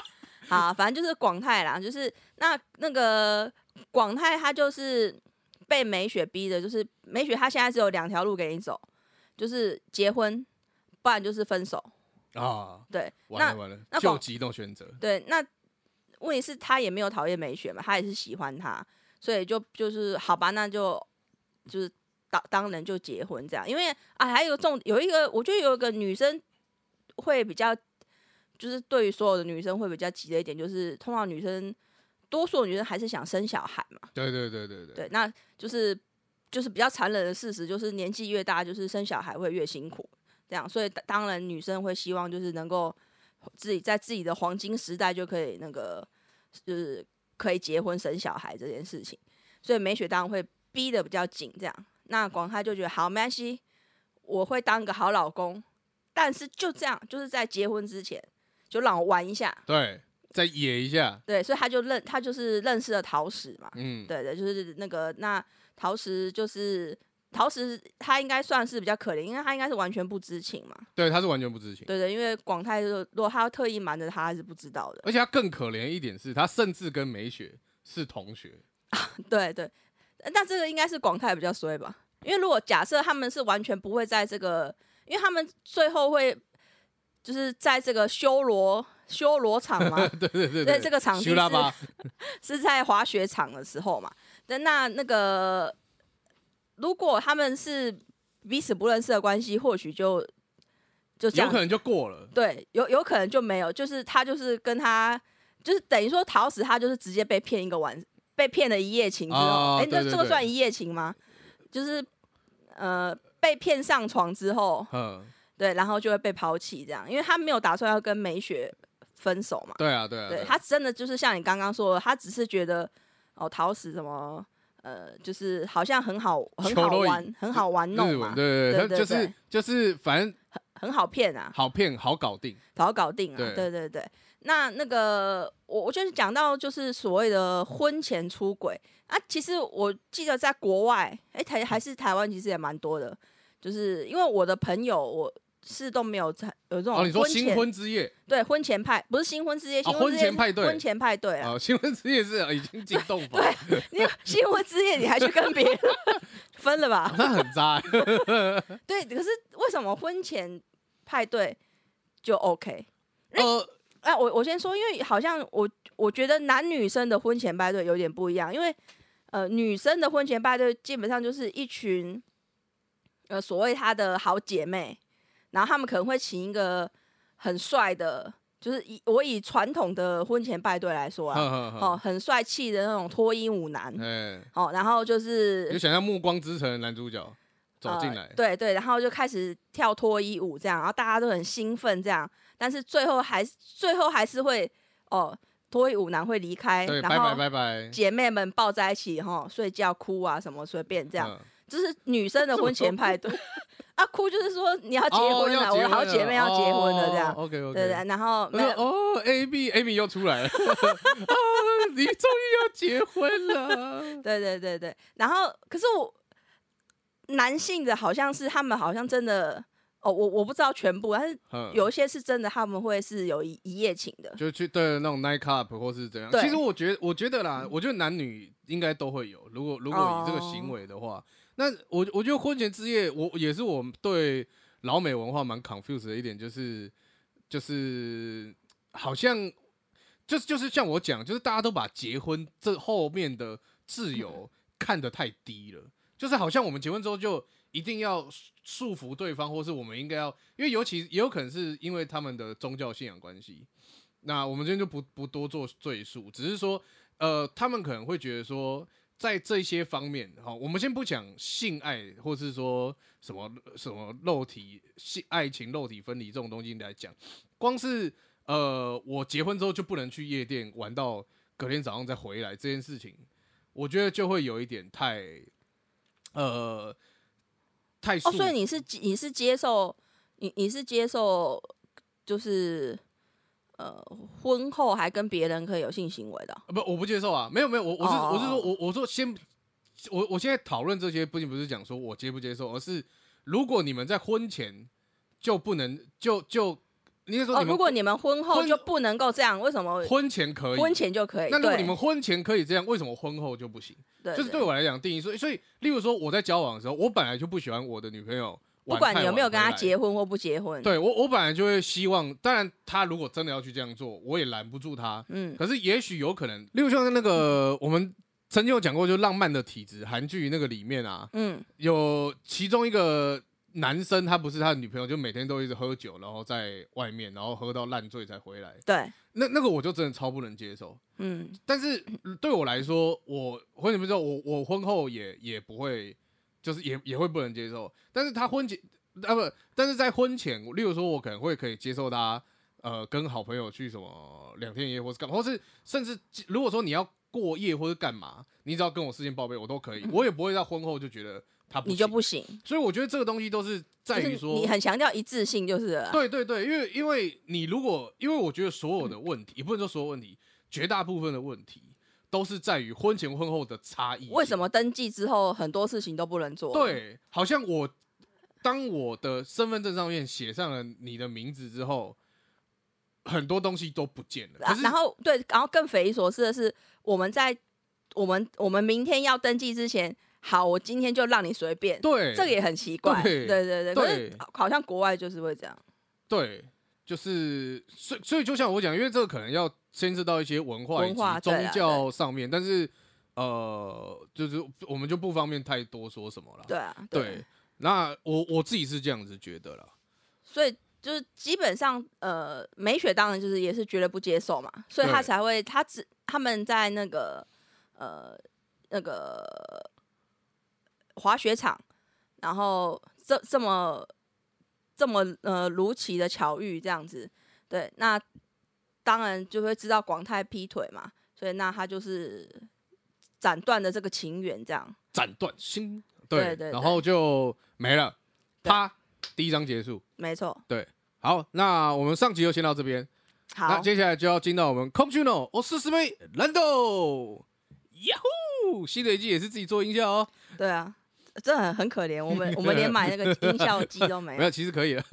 [SPEAKER 2] 好，反正就是广泰啦，就是那那个广泰他就是被美雪逼的，就是美雪她现在只有两条路给你走，就是结婚，不然就是分手。
[SPEAKER 1] 啊，
[SPEAKER 2] 对，
[SPEAKER 1] 完
[SPEAKER 2] 那
[SPEAKER 1] 了完了，
[SPEAKER 2] 那
[SPEAKER 1] 救
[SPEAKER 2] 广
[SPEAKER 1] 急那种选择。
[SPEAKER 2] 对，那问题是他也没有讨厌美雪嘛，他也是喜欢她，所以就就是好吧，那就就是当当然就结婚这样。因为啊，还有重有一个，我觉得有一个女生会比较，就是对于所有的女生会比较急的一点，就是通常女生多数的女生还是想生小孩嘛，
[SPEAKER 1] 对对对对对，
[SPEAKER 2] 对，那就是就是比较残忍的事实，就是年纪越大，就是生小孩会越辛苦，这样，所以当当然女生会希望就是能够自己在自己的黄金时代就可以那个就是可以结婚生小孩这件事情，所以美雪当然会逼得比较紧，这样，那广泰就觉得好没关系，我会当个好老公，但是就这样，就是在结婚之前就让我玩一下，
[SPEAKER 1] 对，再野一下。
[SPEAKER 2] 对，所以他就认他就是认识了桃矢嘛，
[SPEAKER 1] 嗯，
[SPEAKER 2] 对对，就是那个那陶石就是陶石，他应该算是比较可怜，因为他应该是完全不知情嘛。
[SPEAKER 1] 对，他是完全不知情。
[SPEAKER 2] 对对，因为广泰就是如果他要特意瞒着他，他是不知道 的。
[SPEAKER 1] 而且他更可怜一点是，他甚至跟美雪是同学。
[SPEAKER 2] 对对，呃但这个应该是广泰比较衰吧，因为如果假设他们是完全不会在这个，因为他们最后会就是在这个修罗修罗场嘛，
[SPEAKER 1] 对对对
[SPEAKER 2] 对这个场地
[SPEAKER 1] 修拉巴，
[SPEAKER 2] 是在滑雪场的时候嘛。那那那个，如果他们是彼此不认识的关系，或许就就这
[SPEAKER 1] 有
[SPEAKER 2] 样
[SPEAKER 1] 可能就过了。
[SPEAKER 2] 对，有有可能就没有，就是他就是跟他就是等于说桃矢他就是直接被骗一个晚，被骗了一夜情之后，哎、
[SPEAKER 1] 哦对
[SPEAKER 2] 那
[SPEAKER 1] 对
[SPEAKER 2] 这个
[SPEAKER 1] 对
[SPEAKER 2] 算一夜情吗？就是呃被骗上床之后，
[SPEAKER 1] 嗯，
[SPEAKER 2] 对，然后就会被抛弃这样，因为他没有打算要跟美雪分手嘛。
[SPEAKER 1] 对啊对啊。
[SPEAKER 2] 对
[SPEAKER 1] 对
[SPEAKER 2] 他真的就是像你刚刚说的，他只是觉得哦，桃矢什么呃，就是好像很好很好
[SPEAKER 1] Choroi，
[SPEAKER 2] 玩，很好玩弄
[SPEAKER 1] 日
[SPEAKER 2] 嘛
[SPEAKER 1] 文，，对对，
[SPEAKER 2] 对
[SPEAKER 1] 他
[SPEAKER 2] 对
[SPEAKER 1] 就是
[SPEAKER 2] 对
[SPEAKER 1] 就是，反正
[SPEAKER 2] 很好骗啊，
[SPEAKER 1] 好骗好搞定。
[SPEAKER 2] 早搞定啊。
[SPEAKER 1] 对
[SPEAKER 2] 对对对，那那个我我就是讲到就是所谓的婚前出轨啊，其实我记得在国外，哎、台还是台湾，其实也蛮多的，就是因为我的朋友我。是都没有在有这种
[SPEAKER 1] 哦，你说
[SPEAKER 2] 婚
[SPEAKER 1] 新
[SPEAKER 2] 前
[SPEAKER 1] 婚之夜
[SPEAKER 2] 对婚前派不是新婚之夜，
[SPEAKER 1] 哦
[SPEAKER 2] 新婚之
[SPEAKER 1] 婚
[SPEAKER 2] 夜
[SPEAKER 1] 前
[SPEAKER 2] 是
[SPEAKER 1] 派对
[SPEAKER 2] 婚前派对啦，
[SPEAKER 1] 啊，新婚之夜是呃已经进洞房，
[SPEAKER 2] 你有新婚之夜你还去跟别人分了 吧？
[SPEAKER 1] 那很渣 欸。
[SPEAKER 2] 对，可是为什么婚前派对就 OK？
[SPEAKER 1] 呃，
[SPEAKER 2] 哎、我我先说，因为好像我我觉得男女生的婚前派对有点不一样，因为呃，女生的婚前派对基本上就是一群呃所谓她的好姐妹，然后她们可能会请一个很帅的就是以我以传统的婚前派对来说啊，
[SPEAKER 1] 好，
[SPEAKER 2] 哦，很帅气的那种脱衣舞男，
[SPEAKER 1] 哎，
[SPEAKER 2] 哦，然后就
[SPEAKER 1] 你就是想象《暮光之城》的男主角走进来
[SPEAKER 2] 呃，，对对，然后就开始跳脱衣舞这样，然后大家都很兴奋这样，但是最后还是最后还是会哦，脱衣舞男会离开，
[SPEAKER 1] 对，
[SPEAKER 2] 然
[SPEAKER 1] 拜拜
[SPEAKER 2] 后
[SPEAKER 1] 拜拜，
[SPEAKER 2] 姐妹们抱在一起哈、哦，睡觉哭啊什么随便这样，
[SPEAKER 1] 嗯
[SPEAKER 2] 这是女生的婚 前派对啊，哭就是说你要结
[SPEAKER 1] 哦
[SPEAKER 2] 婚了，
[SPEAKER 1] 要
[SPEAKER 2] 我
[SPEAKER 1] 结
[SPEAKER 2] 的好姐妹要结婚了这样，
[SPEAKER 1] OK OK，
[SPEAKER 2] 对对，然后
[SPEAKER 1] 我
[SPEAKER 2] 没
[SPEAKER 1] 说
[SPEAKER 2] 有。
[SPEAKER 1] 哦，A B A B 又出来了， 啊，你终于要结婚 了，
[SPEAKER 2] 对对对对，然后可是我男性的好像是他们好像真的哦，我我不知道全部，但是
[SPEAKER 1] 嗯
[SPEAKER 2] 有一些是真的他们会是有一一夜情的，
[SPEAKER 1] 就去对那种 night club 或是怎样。
[SPEAKER 2] 对
[SPEAKER 1] 其实我觉得，我觉得啦，我觉得男女应该都会有。如果如果以这个行为的话，那我我觉得婚前之夜，我也是我对老美文化蛮 confused 的一点，就是就是好像就是就是像我讲，就是大家都把结婚这后面的自由看得太低了，就是好像我们结婚之后就一定要束缚对方，或是我们应该要，因为尤其也有可能是因为他们的宗教信仰关系。那我们今天就不不多做赘述，只是说，呃，他们可能会觉得说，在这些方面，好，我们先不讲性爱，或是说什么什么肉体性爱情肉体分离这种东西来讲，光是呃，我结婚之后就不能去夜店玩到隔天早上再回来这件事情，我觉得就会有一点太，呃，太
[SPEAKER 2] 哦，
[SPEAKER 1] 束
[SPEAKER 2] 所以你是你是接受你你是接受就是呃婚后还跟别人可以有性行为的哦、
[SPEAKER 1] 啊不，我不接受啊！没有没有，我我是、
[SPEAKER 2] 哦
[SPEAKER 1] 我是说我我说先，我我现在讨论这些，不仅不是讲说我接不接受，而是如果你们在婚前就不能就就，应该说
[SPEAKER 2] 哦，
[SPEAKER 1] 你们
[SPEAKER 2] 如果你们婚后
[SPEAKER 1] 婚
[SPEAKER 2] 就不能够这样，为什么
[SPEAKER 1] 婚前可以，
[SPEAKER 2] 婚前就可以？
[SPEAKER 1] 那如果
[SPEAKER 2] 对
[SPEAKER 1] 你们婚前可以这样，为什么婚后就不行？
[SPEAKER 2] 对
[SPEAKER 1] 就是对我来讲定义，所以所以，例如说我在交往的时候，我本来就不喜欢我的女朋友
[SPEAKER 2] 不
[SPEAKER 1] 晚
[SPEAKER 2] 管
[SPEAKER 1] 太
[SPEAKER 2] 你有没有
[SPEAKER 1] 晚
[SPEAKER 2] 跟
[SPEAKER 1] 回
[SPEAKER 2] 他
[SPEAKER 1] 来
[SPEAKER 2] 结婚或不结婚，
[SPEAKER 1] 对我我本来就会希望，当然他如果真的要去这样做，我也拦不住他，
[SPEAKER 2] 嗯，
[SPEAKER 1] 可是也许有可能，例如像那个我们曾经有讲过，就《浪漫的体质》韩剧那个里面啊，
[SPEAKER 2] 嗯
[SPEAKER 1] 有其中一个男生，他不是他的女朋友，就每天都一直喝酒，然后在外面，然后喝到烂醉才回来。
[SPEAKER 2] 对，
[SPEAKER 1] 那那个我就真的超不能接受。
[SPEAKER 2] 嗯
[SPEAKER 1] 但是呃对我来说，我婚前不知道，我我婚后也也不会，就是也也会不能接受。但是他婚前啊不，但是在婚前，例如说我可能会可以接受他呃跟好朋友去什么两天一夜，或是干嘛，或是甚至如果说你要过夜或是干嘛，你只要跟我事先报备，我都可以，我也不会在婚后就觉得他不
[SPEAKER 2] 嗯你就
[SPEAKER 1] 行
[SPEAKER 2] 不行，
[SPEAKER 1] 所以我觉得这个东西都是在
[SPEAKER 2] 就
[SPEAKER 1] 于
[SPEAKER 2] 是
[SPEAKER 1] 说
[SPEAKER 2] 你很强调一致性，就是了啦
[SPEAKER 1] 对对对，因为因为你如果因为我觉得所有的问题，也不能说所有问题，绝大部分的问题都是在于婚前婚后的差异。
[SPEAKER 2] 为什？么登记之后很多事情都不能做？，
[SPEAKER 1] 对，好像我当我的身份证上面写上了你的名字之后，很多东西都不见了。
[SPEAKER 2] 啊
[SPEAKER 1] 可是
[SPEAKER 2] 然后对，然后更匪夷所思的是，我们在我们我们明天要登记之前，好，我今天就让你随便，
[SPEAKER 1] 对，
[SPEAKER 2] 这个也很奇怪，
[SPEAKER 1] 对
[SPEAKER 2] 对对对，可是
[SPEAKER 1] 对
[SPEAKER 2] 好像国外就是会这样，
[SPEAKER 1] 对，就是所以所以就像我讲，因为这个可能要牵涉到一些文化
[SPEAKER 2] 文
[SPEAKER 1] 以及
[SPEAKER 2] 化对
[SPEAKER 1] 宗
[SPEAKER 2] 啦
[SPEAKER 1] 教上面，但是呃，就是我们就不方便太多说什么了。
[SPEAKER 2] 对啊，
[SPEAKER 1] 对，那我我自己是这样子觉得啦。
[SPEAKER 2] 所以就是基本上，呃，美雪当然就是也是绝对不接受嘛，所以
[SPEAKER 1] 对
[SPEAKER 2] 她才会，她只他们在那个呃那个滑雪场，然后这这么这么呃如期的巧遇这样子，对，那当然就会知道广泰劈腿嘛，所以那他就是斩断了这个情缘，这样
[SPEAKER 1] 斩断心，
[SPEAKER 2] 对
[SPEAKER 1] 对
[SPEAKER 2] 对
[SPEAKER 1] 然后就没了，
[SPEAKER 2] 对
[SPEAKER 1] 啪，第一章结束。
[SPEAKER 2] 没错。
[SPEAKER 1] 好，那我们上集就先到这边，那
[SPEAKER 2] 好，
[SPEAKER 1] 接下来就要进到我们 c o m p u n o 我是师妹兰豆，呀呼，新的一季也是自己做音效哦，
[SPEAKER 2] 对啊，真的很很可怜，我们我们连买那个音效机都没 有
[SPEAKER 1] 没。有，其实可以了，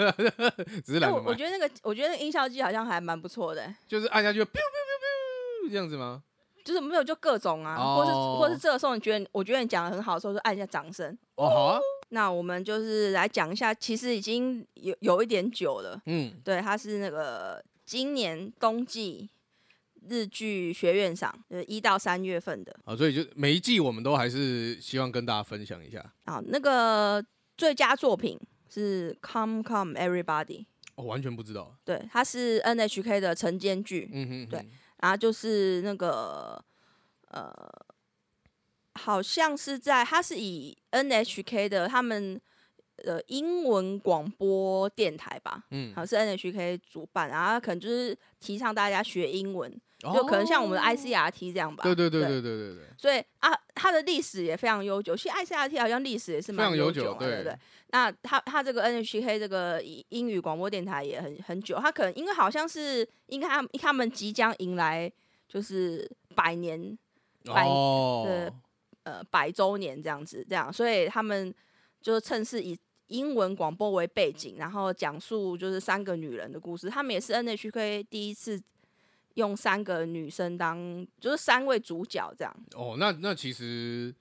[SPEAKER 1] 只是
[SPEAKER 2] 哎
[SPEAKER 1] 懒得
[SPEAKER 2] 我我
[SPEAKER 1] 买，
[SPEAKER 2] 觉得那个，我觉得那个音效机好像还蛮不错的欸、
[SPEAKER 1] 就是按下去，biu biu biu biu 这样子吗？
[SPEAKER 2] 就是没有就各种啊，或是
[SPEAKER 1] 哦
[SPEAKER 2] 或是这个时候你觉得我觉得你讲的很好的时候，就按一下掌声。
[SPEAKER 1] 哦，好啊，
[SPEAKER 2] 那我们就是来讲一下，其实已经有有一点久了，
[SPEAKER 1] 嗯，
[SPEAKER 2] 对，它是那个今年冬季日剧学院赏，就是一到三月份的
[SPEAKER 1] 好，所以就每一季我们都还是希望跟大家分享一下。
[SPEAKER 2] 啊。那个最佳作品是《Come Come Everybody》，
[SPEAKER 1] 我、哦完全不知道。
[SPEAKER 2] 对，它是 NHK 的晨间剧，
[SPEAKER 1] 嗯哼，
[SPEAKER 2] 对
[SPEAKER 1] 哼，
[SPEAKER 2] 然后就是那个呃，好像是在它是以 NHK 的他们呃英文广播电台吧，
[SPEAKER 1] 嗯，
[SPEAKER 2] 好像是 NHK 主办，然后它可能就是提倡大家学英文，就可能像我
[SPEAKER 1] 哦
[SPEAKER 2] 们的 ICRT 这样吧。
[SPEAKER 1] 对对对对
[SPEAKER 2] 对
[SPEAKER 1] 对对对，
[SPEAKER 2] 所以啊，它的历史也非常悠久。其实 ICRT 好像历史也是
[SPEAKER 1] 非
[SPEAKER 2] 蛮
[SPEAKER 1] 常悠
[SPEAKER 2] 久
[SPEAKER 1] 久
[SPEAKER 2] 嘛，
[SPEAKER 1] 对
[SPEAKER 2] 对不对？那它它这个 NHK 这个英英语广播电台也很很久，它可能因为好像是应该他们他们即将迎来就是百年百
[SPEAKER 1] 哦
[SPEAKER 2] 对，呃百周年这样子，这样，所以他们就趁势以英文广播为背景，然后讲述就是三个女人的故事。他们也是 NHK 第一次用三个女生当就是三位主角这样。
[SPEAKER 1] 哦，那那其实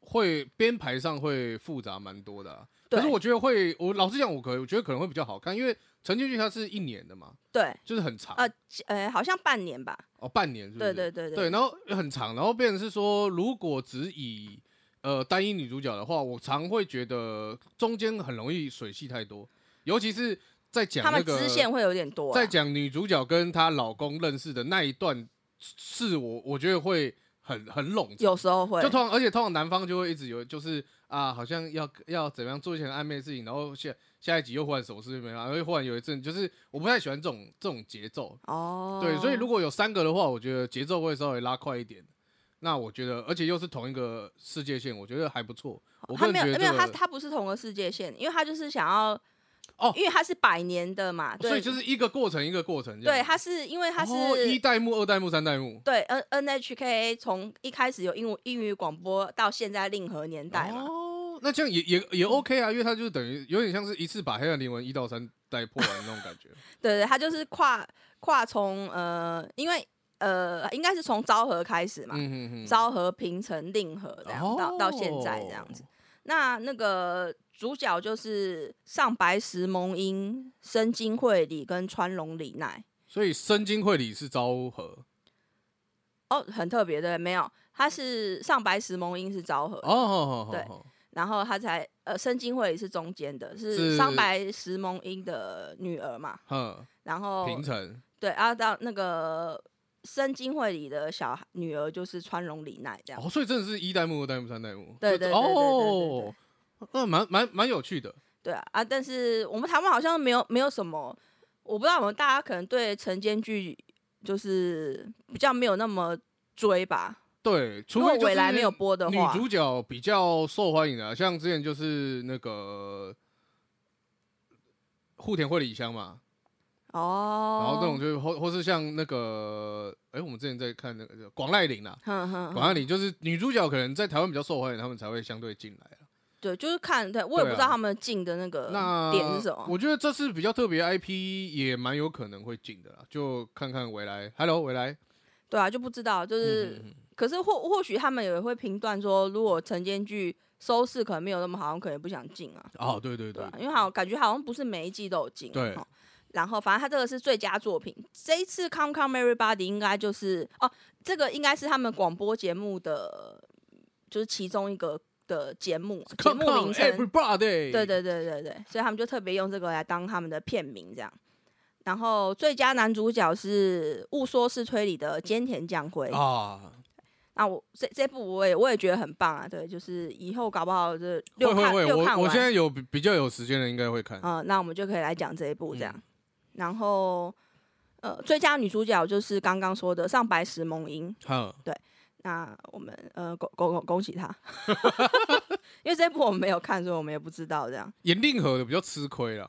[SPEAKER 1] 会编排上会复杂蛮多的啊、可
[SPEAKER 2] 对
[SPEAKER 1] 是我觉得会，我老实讲，我可我觉得可能会比较好看，因为陈建剧它是一年的嘛，
[SPEAKER 2] 对，
[SPEAKER 1] 就是很长，
[SPEAKER 2] 呃呃，好像半年吧。
[SPEAKER 1] 哦，半年是不
[SPEAKER 2] 对
[SPEAKER 1] 是？
[SPEAKER 2] 对对
[SPEAKER 1] 对，然后很长，然后变成是说，如果只以呃单一女主角的话，我常会觉得中间很容易水戏太多，尤其是在讲
[SPEAKER 2] 他
[SPEAKER 1] 那
[SPEAKER 2] 们
[SPEAKER 1] 个
[SPEAKER 2] 支线会有点多啊、
[SPEAKER 1] 在讲女主角跟她老公认识的那一段，是我我觉得会很很冗长。
[SPEAKER 2] 有时候会
[SPEAKER 1] 就，通常，而且通常男方就会一直有，就是啊，好像要要怎么样做一些很暧昧的事情，然后下下一集又忽然什么事情没了，然后又忽然有一阵，就是我不太喜欢这种这种节奏，
[SPEAKER 2] 哦，
[SPEAKER 1] 对，所以如果有三个的话，我觉得节奏会稍微拉快一点。那我觉得，而且又是同一个世界线，我觉得还不错。我
[SPEAKER 2] 哦他
[SPEAKER 1] 个
[SPEAKER 2] 没
[SPEAKER 1] 人觉得
[SPEAKER 2] 有没有
[SPEAKER 1] 这
[SPEAKER 2] 他
[SPEAKER 1] 个
[SPEAKER 2] 他不是同个世界线，因为他就是想要
[SPEAKER 1] 哦
[SPEAKER 2] 因为他是百年的嘛，对，
[SPEAKER 1] 所以就是一个过程一个过程这
[SPEAKER 2] 对，
[SPEAKER 1] 样子。
[SPEAKER 2] 他是因为他是、
[SPEAKER 1] 哦一代目、二代目、三代目。
[SPEAKER 2] 对 N N H K 从一开始有英文英语广播到现在令和年代嗯嘛，
[SPEAKER 1] 哦，那这样也也也 OK 啊，因为它就是等于有点像是一次把黑暗灵魂一到三带破完那种 感觉。
[SPEAKER 2] 对对，他就是跨跨从呃，因为呃应该是从昭和开始嘛，
[SPEAKER 1] 嗯哦哼哼，
[SPEAKER 2] 昭和、平成、令和这样、到到现在这样子。那那个主角就是上白石萌音、深津绘里跟川龙李奈。
[SPEAKER 1] 所以深金会里是昭和
[SPEAKER 2] 哦，很特别的，没有，他是上白石萌音是昭和，
[SPEAKER 1] 哦，
[SPEAKER 2] 呃对然后他才呃深津绘里是中间的，
[SPEAKER 1] 是
[SPEAKER 2] 是上白石萌音的女儿嘛。
[SPEAKER 1] 哼，
[SPEAKER 2] 然后
[SPEAKER 1] 平成
[SPEAKER 2] 对，然后到那个深津绘里的小孩女儿就是川龙李奈这样。
[SPEAKER 1] 哦，所以真的是一代目、二代目、三代目，就
[SPEAKER 2] 对对对对对对
[SPEAKER 1] 哦，那蛮蛮蛮有趣的。
[SPEAKER 2] 对啊，啊，但是我们台湾好像没有没有什么，我不知道我们大家可能对晨间剧就是比较没有那么追吧。
[SPEAKER 1] 对，除
[SPEAKER 2] 如果
[SPEAKER 1] 非就
[SPEAKER 2] 未来
[SPEAKER 1] 是
[SPEAKER 2] 没有播的
[SPEAKER 1] 女
[SPEAKER 2] 话，
[SPEAKER 1] 主角比较受欢迎的啊，像之前就是那个户田惠里香嘛，
[SPEAKER 2] 哦，
[SPEAKER 1] 然后那种就是或或是像那个，哎、我们之前在看那个广濑铃啦，啊
[SPEAKER 2] 哼哼
[SPEAKER 1] 广
[SPEAKER 2] 哼，
[SPEAKER 1] 濑铃就是女主角可能在台湾比较受欢迎，他们才会相对进来啊。
[SPEAKER 2] 对，就是看，对我也不知道
[SPEAKER 1] 对啊
[SPEAKER 2] 他们进的那个
[SPEAKER 1] 那
[SPEAKER 2] 呃点是什么。
[SPEAKER 1] 我觉得这次比较特别 IP 也蛮有可能会进的啦，就看看未来。Hello，未来，
[SPEAKER 2] 对啊，就不知道，就
[SPEAKER 1] 嗯
[SPEAKER 2] 是，
[SPEAKER 1] 嗯嗯
[SPEAKER 2] 可是或或许他们也会评断说，如果晨间剧收视可能没有那么好，可能也不想进啊。
[SPEAKER 1] 哦，对对
[SPEAKER 2] 对
[SPEAKER 1] 对
[SPEAKER 2] 啊，，因为好像感觉好像不是每一季都有进啊。
[SPEAKER 1] 对
[SPEAKER 2] 齁然后反正他这个是最佳作品，这一次《Come Come Everybody》应该就是哦，这个应该是他们广播节目的，就是其中一个的节目节
[SPEAKER 1] Come
[SPEAKER 2] 目
[SPEAKER 1] on
[SPEAKER 2] 名称。
[SPEAKER 1] everybody，
[SPEAKER 2] 对对对对对，所以他们就特别用这个来当他们的片名这样。然后最佳男主角是《误说式推理》的菅田将晖。
[SPEAKER 1] 啊，
[SPEAKER 2] 那我这这部我也我也觉得很棒啊，对，就是以后搞不好就
[SPEAKER 1] 会
[SPEAKER 2] 六
[SPEAKER 1] 会
[SPEAKER 2] 看
[SPEAKER 1] 会，
[SPEAKER 2] 六看
[SPEAKER 1] 我我
[SPEAKER 2] 完
[SPEAKER 1] 现在有比比较有时间的应该会看。
[SPEAKER 2] 嗯，那我们就可以来讲这一部这样。
[SPEAKER 1] 嗯
[SPEAKER 2] 然后，呃，最佳女主角就是刚刚说的上白石萌音，
[SPEAKER 1] 好，
[SPEAKER 2] 那我们呃恭恭恭恭 喜她，因为这一部我们没有看，所以我们也不知道这样。
[SPEAKER 1] 演令和的比较吃亏了，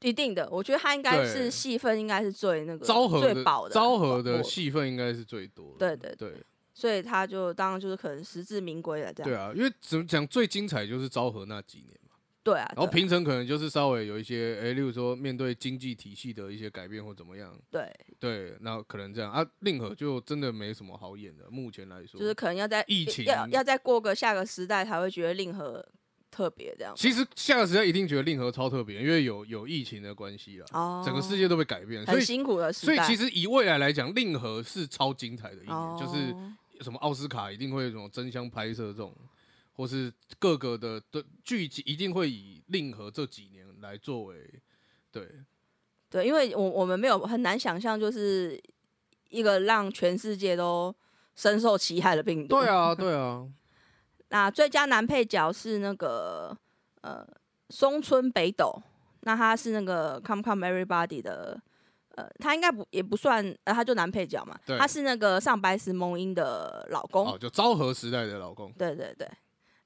[SPEAKER 2] 一定的，我觉得她应该是
[SPEAKER 1] 对
[SPEAKER 2] 戏份应该是最那个
[SPEAKER 1] 昭和
[SPEAKER 2] 最
[SPEAKER 1] 的
[SPEAKER 2] 饱的，
[SPEAKER 1] 昭和的
[SPEAKER 2] 我
[SPEAKER 1] 戏份应该是最多的。
[SPEAKER 2] 对对
[SPEAKER 1] 对
[SPEAKER 2] 所以她就当然就是可能实至名归了这样。
[SPEAKER 1] 对啊，因为怎么讲最精彩就是昭和那几年嘛，
[SPEAKER 2] 对啊，
[SPEAKER 1] 然后
[SPEAKER 2] 对
[SPEAKER 1] 平成可能就是稍微有一些，哎，例如说面对经济体系的一些改变或怎么样，
[SPEAKER 2] 对，
[SPEAKER 1] 对，那可能这样啊。令和就真的没什么好演的，目前来说，
[SPEAKER 2] 就是可能要在
[SPEAKER 1] 疫情
[SPEAKER 2] 要要再过个下个时代才会觉得令和特别这样。
[SPEAKER 1] 其实下个时代一定觉得令和超特别，因为有有疫情的关系啦，
[SPEAKER 2] 哦，
[SPEAKER 1] 整个世界都被改变，所
[SPEAKER 2] 很
[SPEAKER 1] 以
[SPEAKER 2] 辛苦的时
[SPEAKER 1] 所
[SPEAKER 2] 代。
[SPEAKER 1] 以其实以未来来讲，令和是超精彩的一年，
[SPEAKER 2] 哦，
[SPEAKER 1] 就是。什么奥斯卡一定会有什么争相拍摄这种，或是各个的的剧集一定会以令和这几年来作为对，
[SPEAKER 2] 对，因为我我们没有很难想象，就是一个让全世界都深受其害的病毒。
[SPEAKER 1] 对啊，对啊，
[SPEAKER 2] 那最佳男配角是那个呃松村北斗，那他是那个《Come Come Everybody》的，呃，他应该不也不算，呃，他就男配角嘛，
[SPEAKER 1] 对
[SPEAKER 2] 他是那个上白石萌音的老公，
[SPEAKER 1] 哦，就昭和时代的老公，
[SPEAKER 2] 对对对。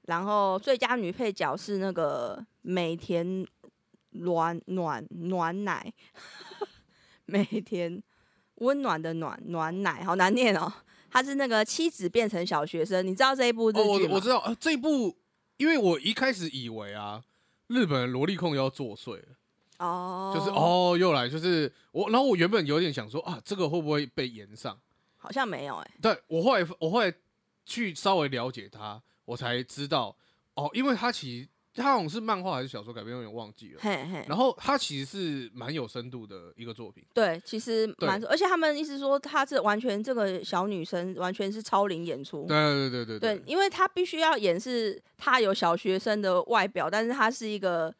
[SPEAKER 2] 然后最佳女配角是那个美田暖暖暖奶， 美田温暖的暖暖奶，好难念哦。她是那个妻子变成小学生，你知道这一部日
[SPEAKER 1] 哦，
[SPEAKER 2] 剧
[SPEAKER 1] 我
[SPEAKER 2] 吗？
[SPEAKER 1] 我知道，呃，这一部，因为我一开始以为啊，日本的萝莉控要作祟了，
[SPEAKER 2] 哦，
[SPEAKER 1] 就是，哦，又来，就是我，然后我原本有点想说啊，这个会不会被延上？
[SPEAKER 2] 好像没有哎、
[SPEAKER 1] 但我后来我后来去稍微了解他，我才知道哦，因为他其实他好像是漫画还是小说改编，我有点忘记了。
[SPEAKER 2] 嘿嘿，
[SPEAKER 1] 然后他其实是蛮有深度的一个作品，
[SPEAKER 2] 对，其实
[SPEAKER 1] 对
[SPEAKER 2] 蛮，而且他们意思说她是完全这个小女生完全是超龄演出，
[SPEAKER 1] 对对对对
[SPEAKER 2] 对，因为她必须要掩饰她有小学生的外表，但是她是一个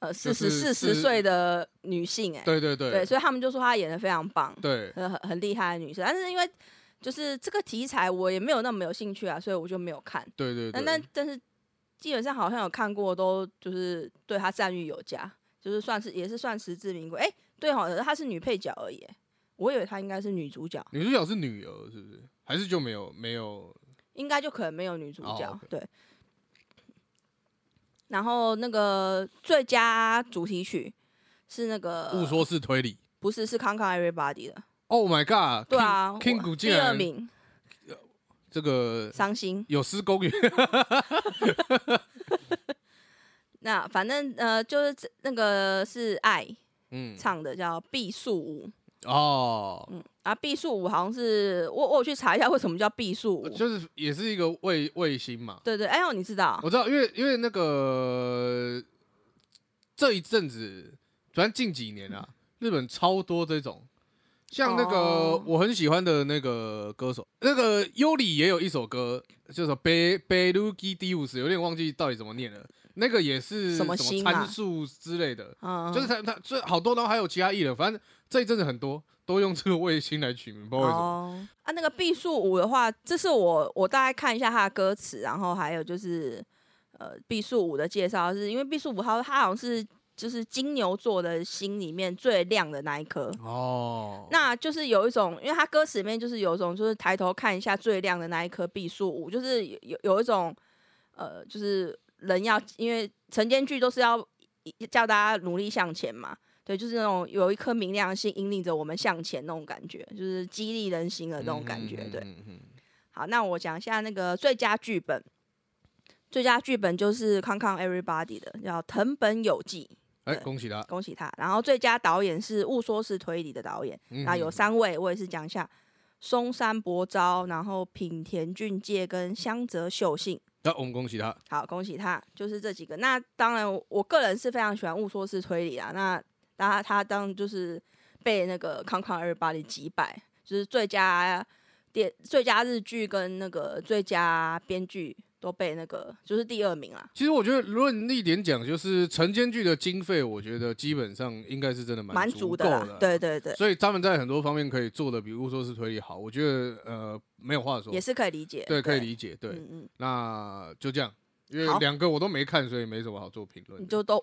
[SPEAKER 2] 呃四
[SPEAKER 1] 就是
[SPEAKER 2] 十四十
[SPEAKER 1] 是
[SPEAKER 2] 岁的女性、哎，
[SPEAKER 1] 对对对
[SPEAKER 2] 所以他们就说她演的非常棒，
[SPEAKER 1] 对
[SPEAKER 2] 很很很厉害的女生。但是因为就是这个题材我也没有那么有兴趣啊，所以我就没有看。
[SPEAKER 1] 对对
[SPEAKER 2] 但
[SPEAKER 1] 对，
[SPEAKER 2] 但但是基本上好像有看过，都就是对她赞誉有加，就是算是也是算实至名归。哎、对好像她是女配角而已、哎我以为她应该是女主角。
[SPEAKER 1] 女主角是女儿是不是？还是就没有没有
[SPEAKER 2] 应该就可能没有女主
[SPEAKER 1] 哦
[SPEAKER 2] 角。
[SPEAKER 1] ，OK
[SPEAKER 2] 对。然后那个最佳主题曲是那个
[SPEAKER 1] 误说是推理
[SPEAKER 2] 不是是《康康 Everybody》的，
[SPEAKER 1] ？Oh my god！
[SPEAKER 2] 对啊我
[SPEAKER 1] ，King 古竟
[SPEAKER 2] 第二
[SPEAKER 1] 然
[SPEAKER 2] 名
[SPEAKER 1] 这个
[SPEAKER 2] 伤心。
[SPEAKER 1] 有失公允，
[SPEAKER 2] 那反正呃就是这那个是爱
[SPEAKER 1] 嗯，
[SPEAKER 2] 唱的叫《毕宿舞》，
[SPEAKER 1] 哦，
[SPEAKER 2] 嗯啊，《毕宿舞》好像是我我有去查一下为什么叫《毕宿舞》，
[SPEAKER 1] 就是也是一个卫卫星嘛，
[SPEAKER 2] 对对，哎呦你知道
[SPEAKER 1] 我知道，因为因为那个这一阵子，反正近几年啊，日本超多这种，像那个、
[SPEAKER 2] 哦
[SPEAKER 1] 我很喜欢的那个歌手，那个优里也有一首歌，就是《贝贝鲁基第五十》，有点忘记到底怎么念了。那个也是
[SPEAKER 2] 什么
[SPEAKER 1] 么
[SPEAKER 2] 星啊
[SPEAKER 1] 参数之类的，
[SPEAKER 2] 嗯，
[SPEAKER 1] 就是他他这好多，然后还有其他艺人，反正这一阵子很多都用这个卫星来取名，不知道为什么。
[SPEAKER 2] 哦，啊，那个毕宿舞的话，这是我我大概看一下它的歌词，然后还有就是呃毕宿舞的介绍，是因为毕宿舞它它好像是就是金牛座的心里面最亮的那一颗。
[SPEAKER 1] 哦，
[SPEAKER 2] 那就是有一种，因为它歌词里面就是有一种，就是抬头看一下最亮的那一颗毕宿舞，就是有有有一种，呃，就是人要因为晨间剧都是要叫大家努力向前嘛，对，就是那种有一颗明亮的心引领着我们向前那种感觉，就是激励人心的那种感觉，对。
[SPEAKER 1] 嗯嗯嗯
[SPEAKER 2] 好，那我讲一下那个最佳剧本，最佳剧本就是《康康 Everybody》的，叫藤本有纪，
[SPEAKER 1] 哎、
[SPEAKER 2] 对
[SPEAKER 1] 恭喜他！
[SPEAKER 2] 恭喜他。然后最佳导演是《误说是推理》的导演。
[SPEAKER 1] 嗯
[SPEAKER 2] 那有
[SPEAKER 1] 嗯
[SPEAKER 2] 三位，我也是讲一下：松山博昭，然后品田俊介跟香泽秀幸。
[SPEAKER 1] 那我们恭喜他。
[SPEAKER 2] 好，恭喜他，就是这几个。那当然我，我个人是非常喜欢误说式推理啊。那他他当就是被那个康康二八里击败，就是最佳电、最佳日剧跟那个最佳编剧都被那个就是第二名啦，
[SPEAKER 1] 其实我觉得论一点讲，就是晨间剧的经费，我觉得基本上应该是真的
[SPEAKER 2] 蛮
[SPEAKER 1] 足
[SPEAKER 2] 足
[SPEAKER 1] 够
[SPEAKER 2] 的啦。对对对，
[SPEAKER 1] 所以他们在很多方面可以做的比如说是推理好，我觉得呃没有话说
[SPEAKER 2] 也，是可以理解。
[SPEAKER 1] 对，可以理解。对，
[SPEAKER 2] 嗯嗯。
[SPEAKER 1] 那就这样，因
[SPEAKER 2] 好
[SPEAKER 1] 为两个我都没看，所以没什么好做评论
[SPEAKER 2] 你
[SPEAKER 1] 的。
[SPEAKER 2] 就都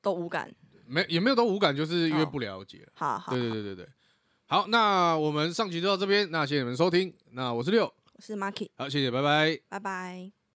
[SPEAKER 2] 都无感，
[SPEAKER 1] 没也没有都无感，就是因为
[SPEAKER 2] 哦
[SPEAKER 1] 不了解。
[SPEAKER 2] 好好，
[SPEAKER 1] 对对对对对。好，那我们上集就到这边，那谢谢你们收听，那我是六，
[SPEAKER 2] 我是 Marky，
[SPEAKER 1] 好，谢谢，拜拜。
[SPEAKER 2] 拜拜。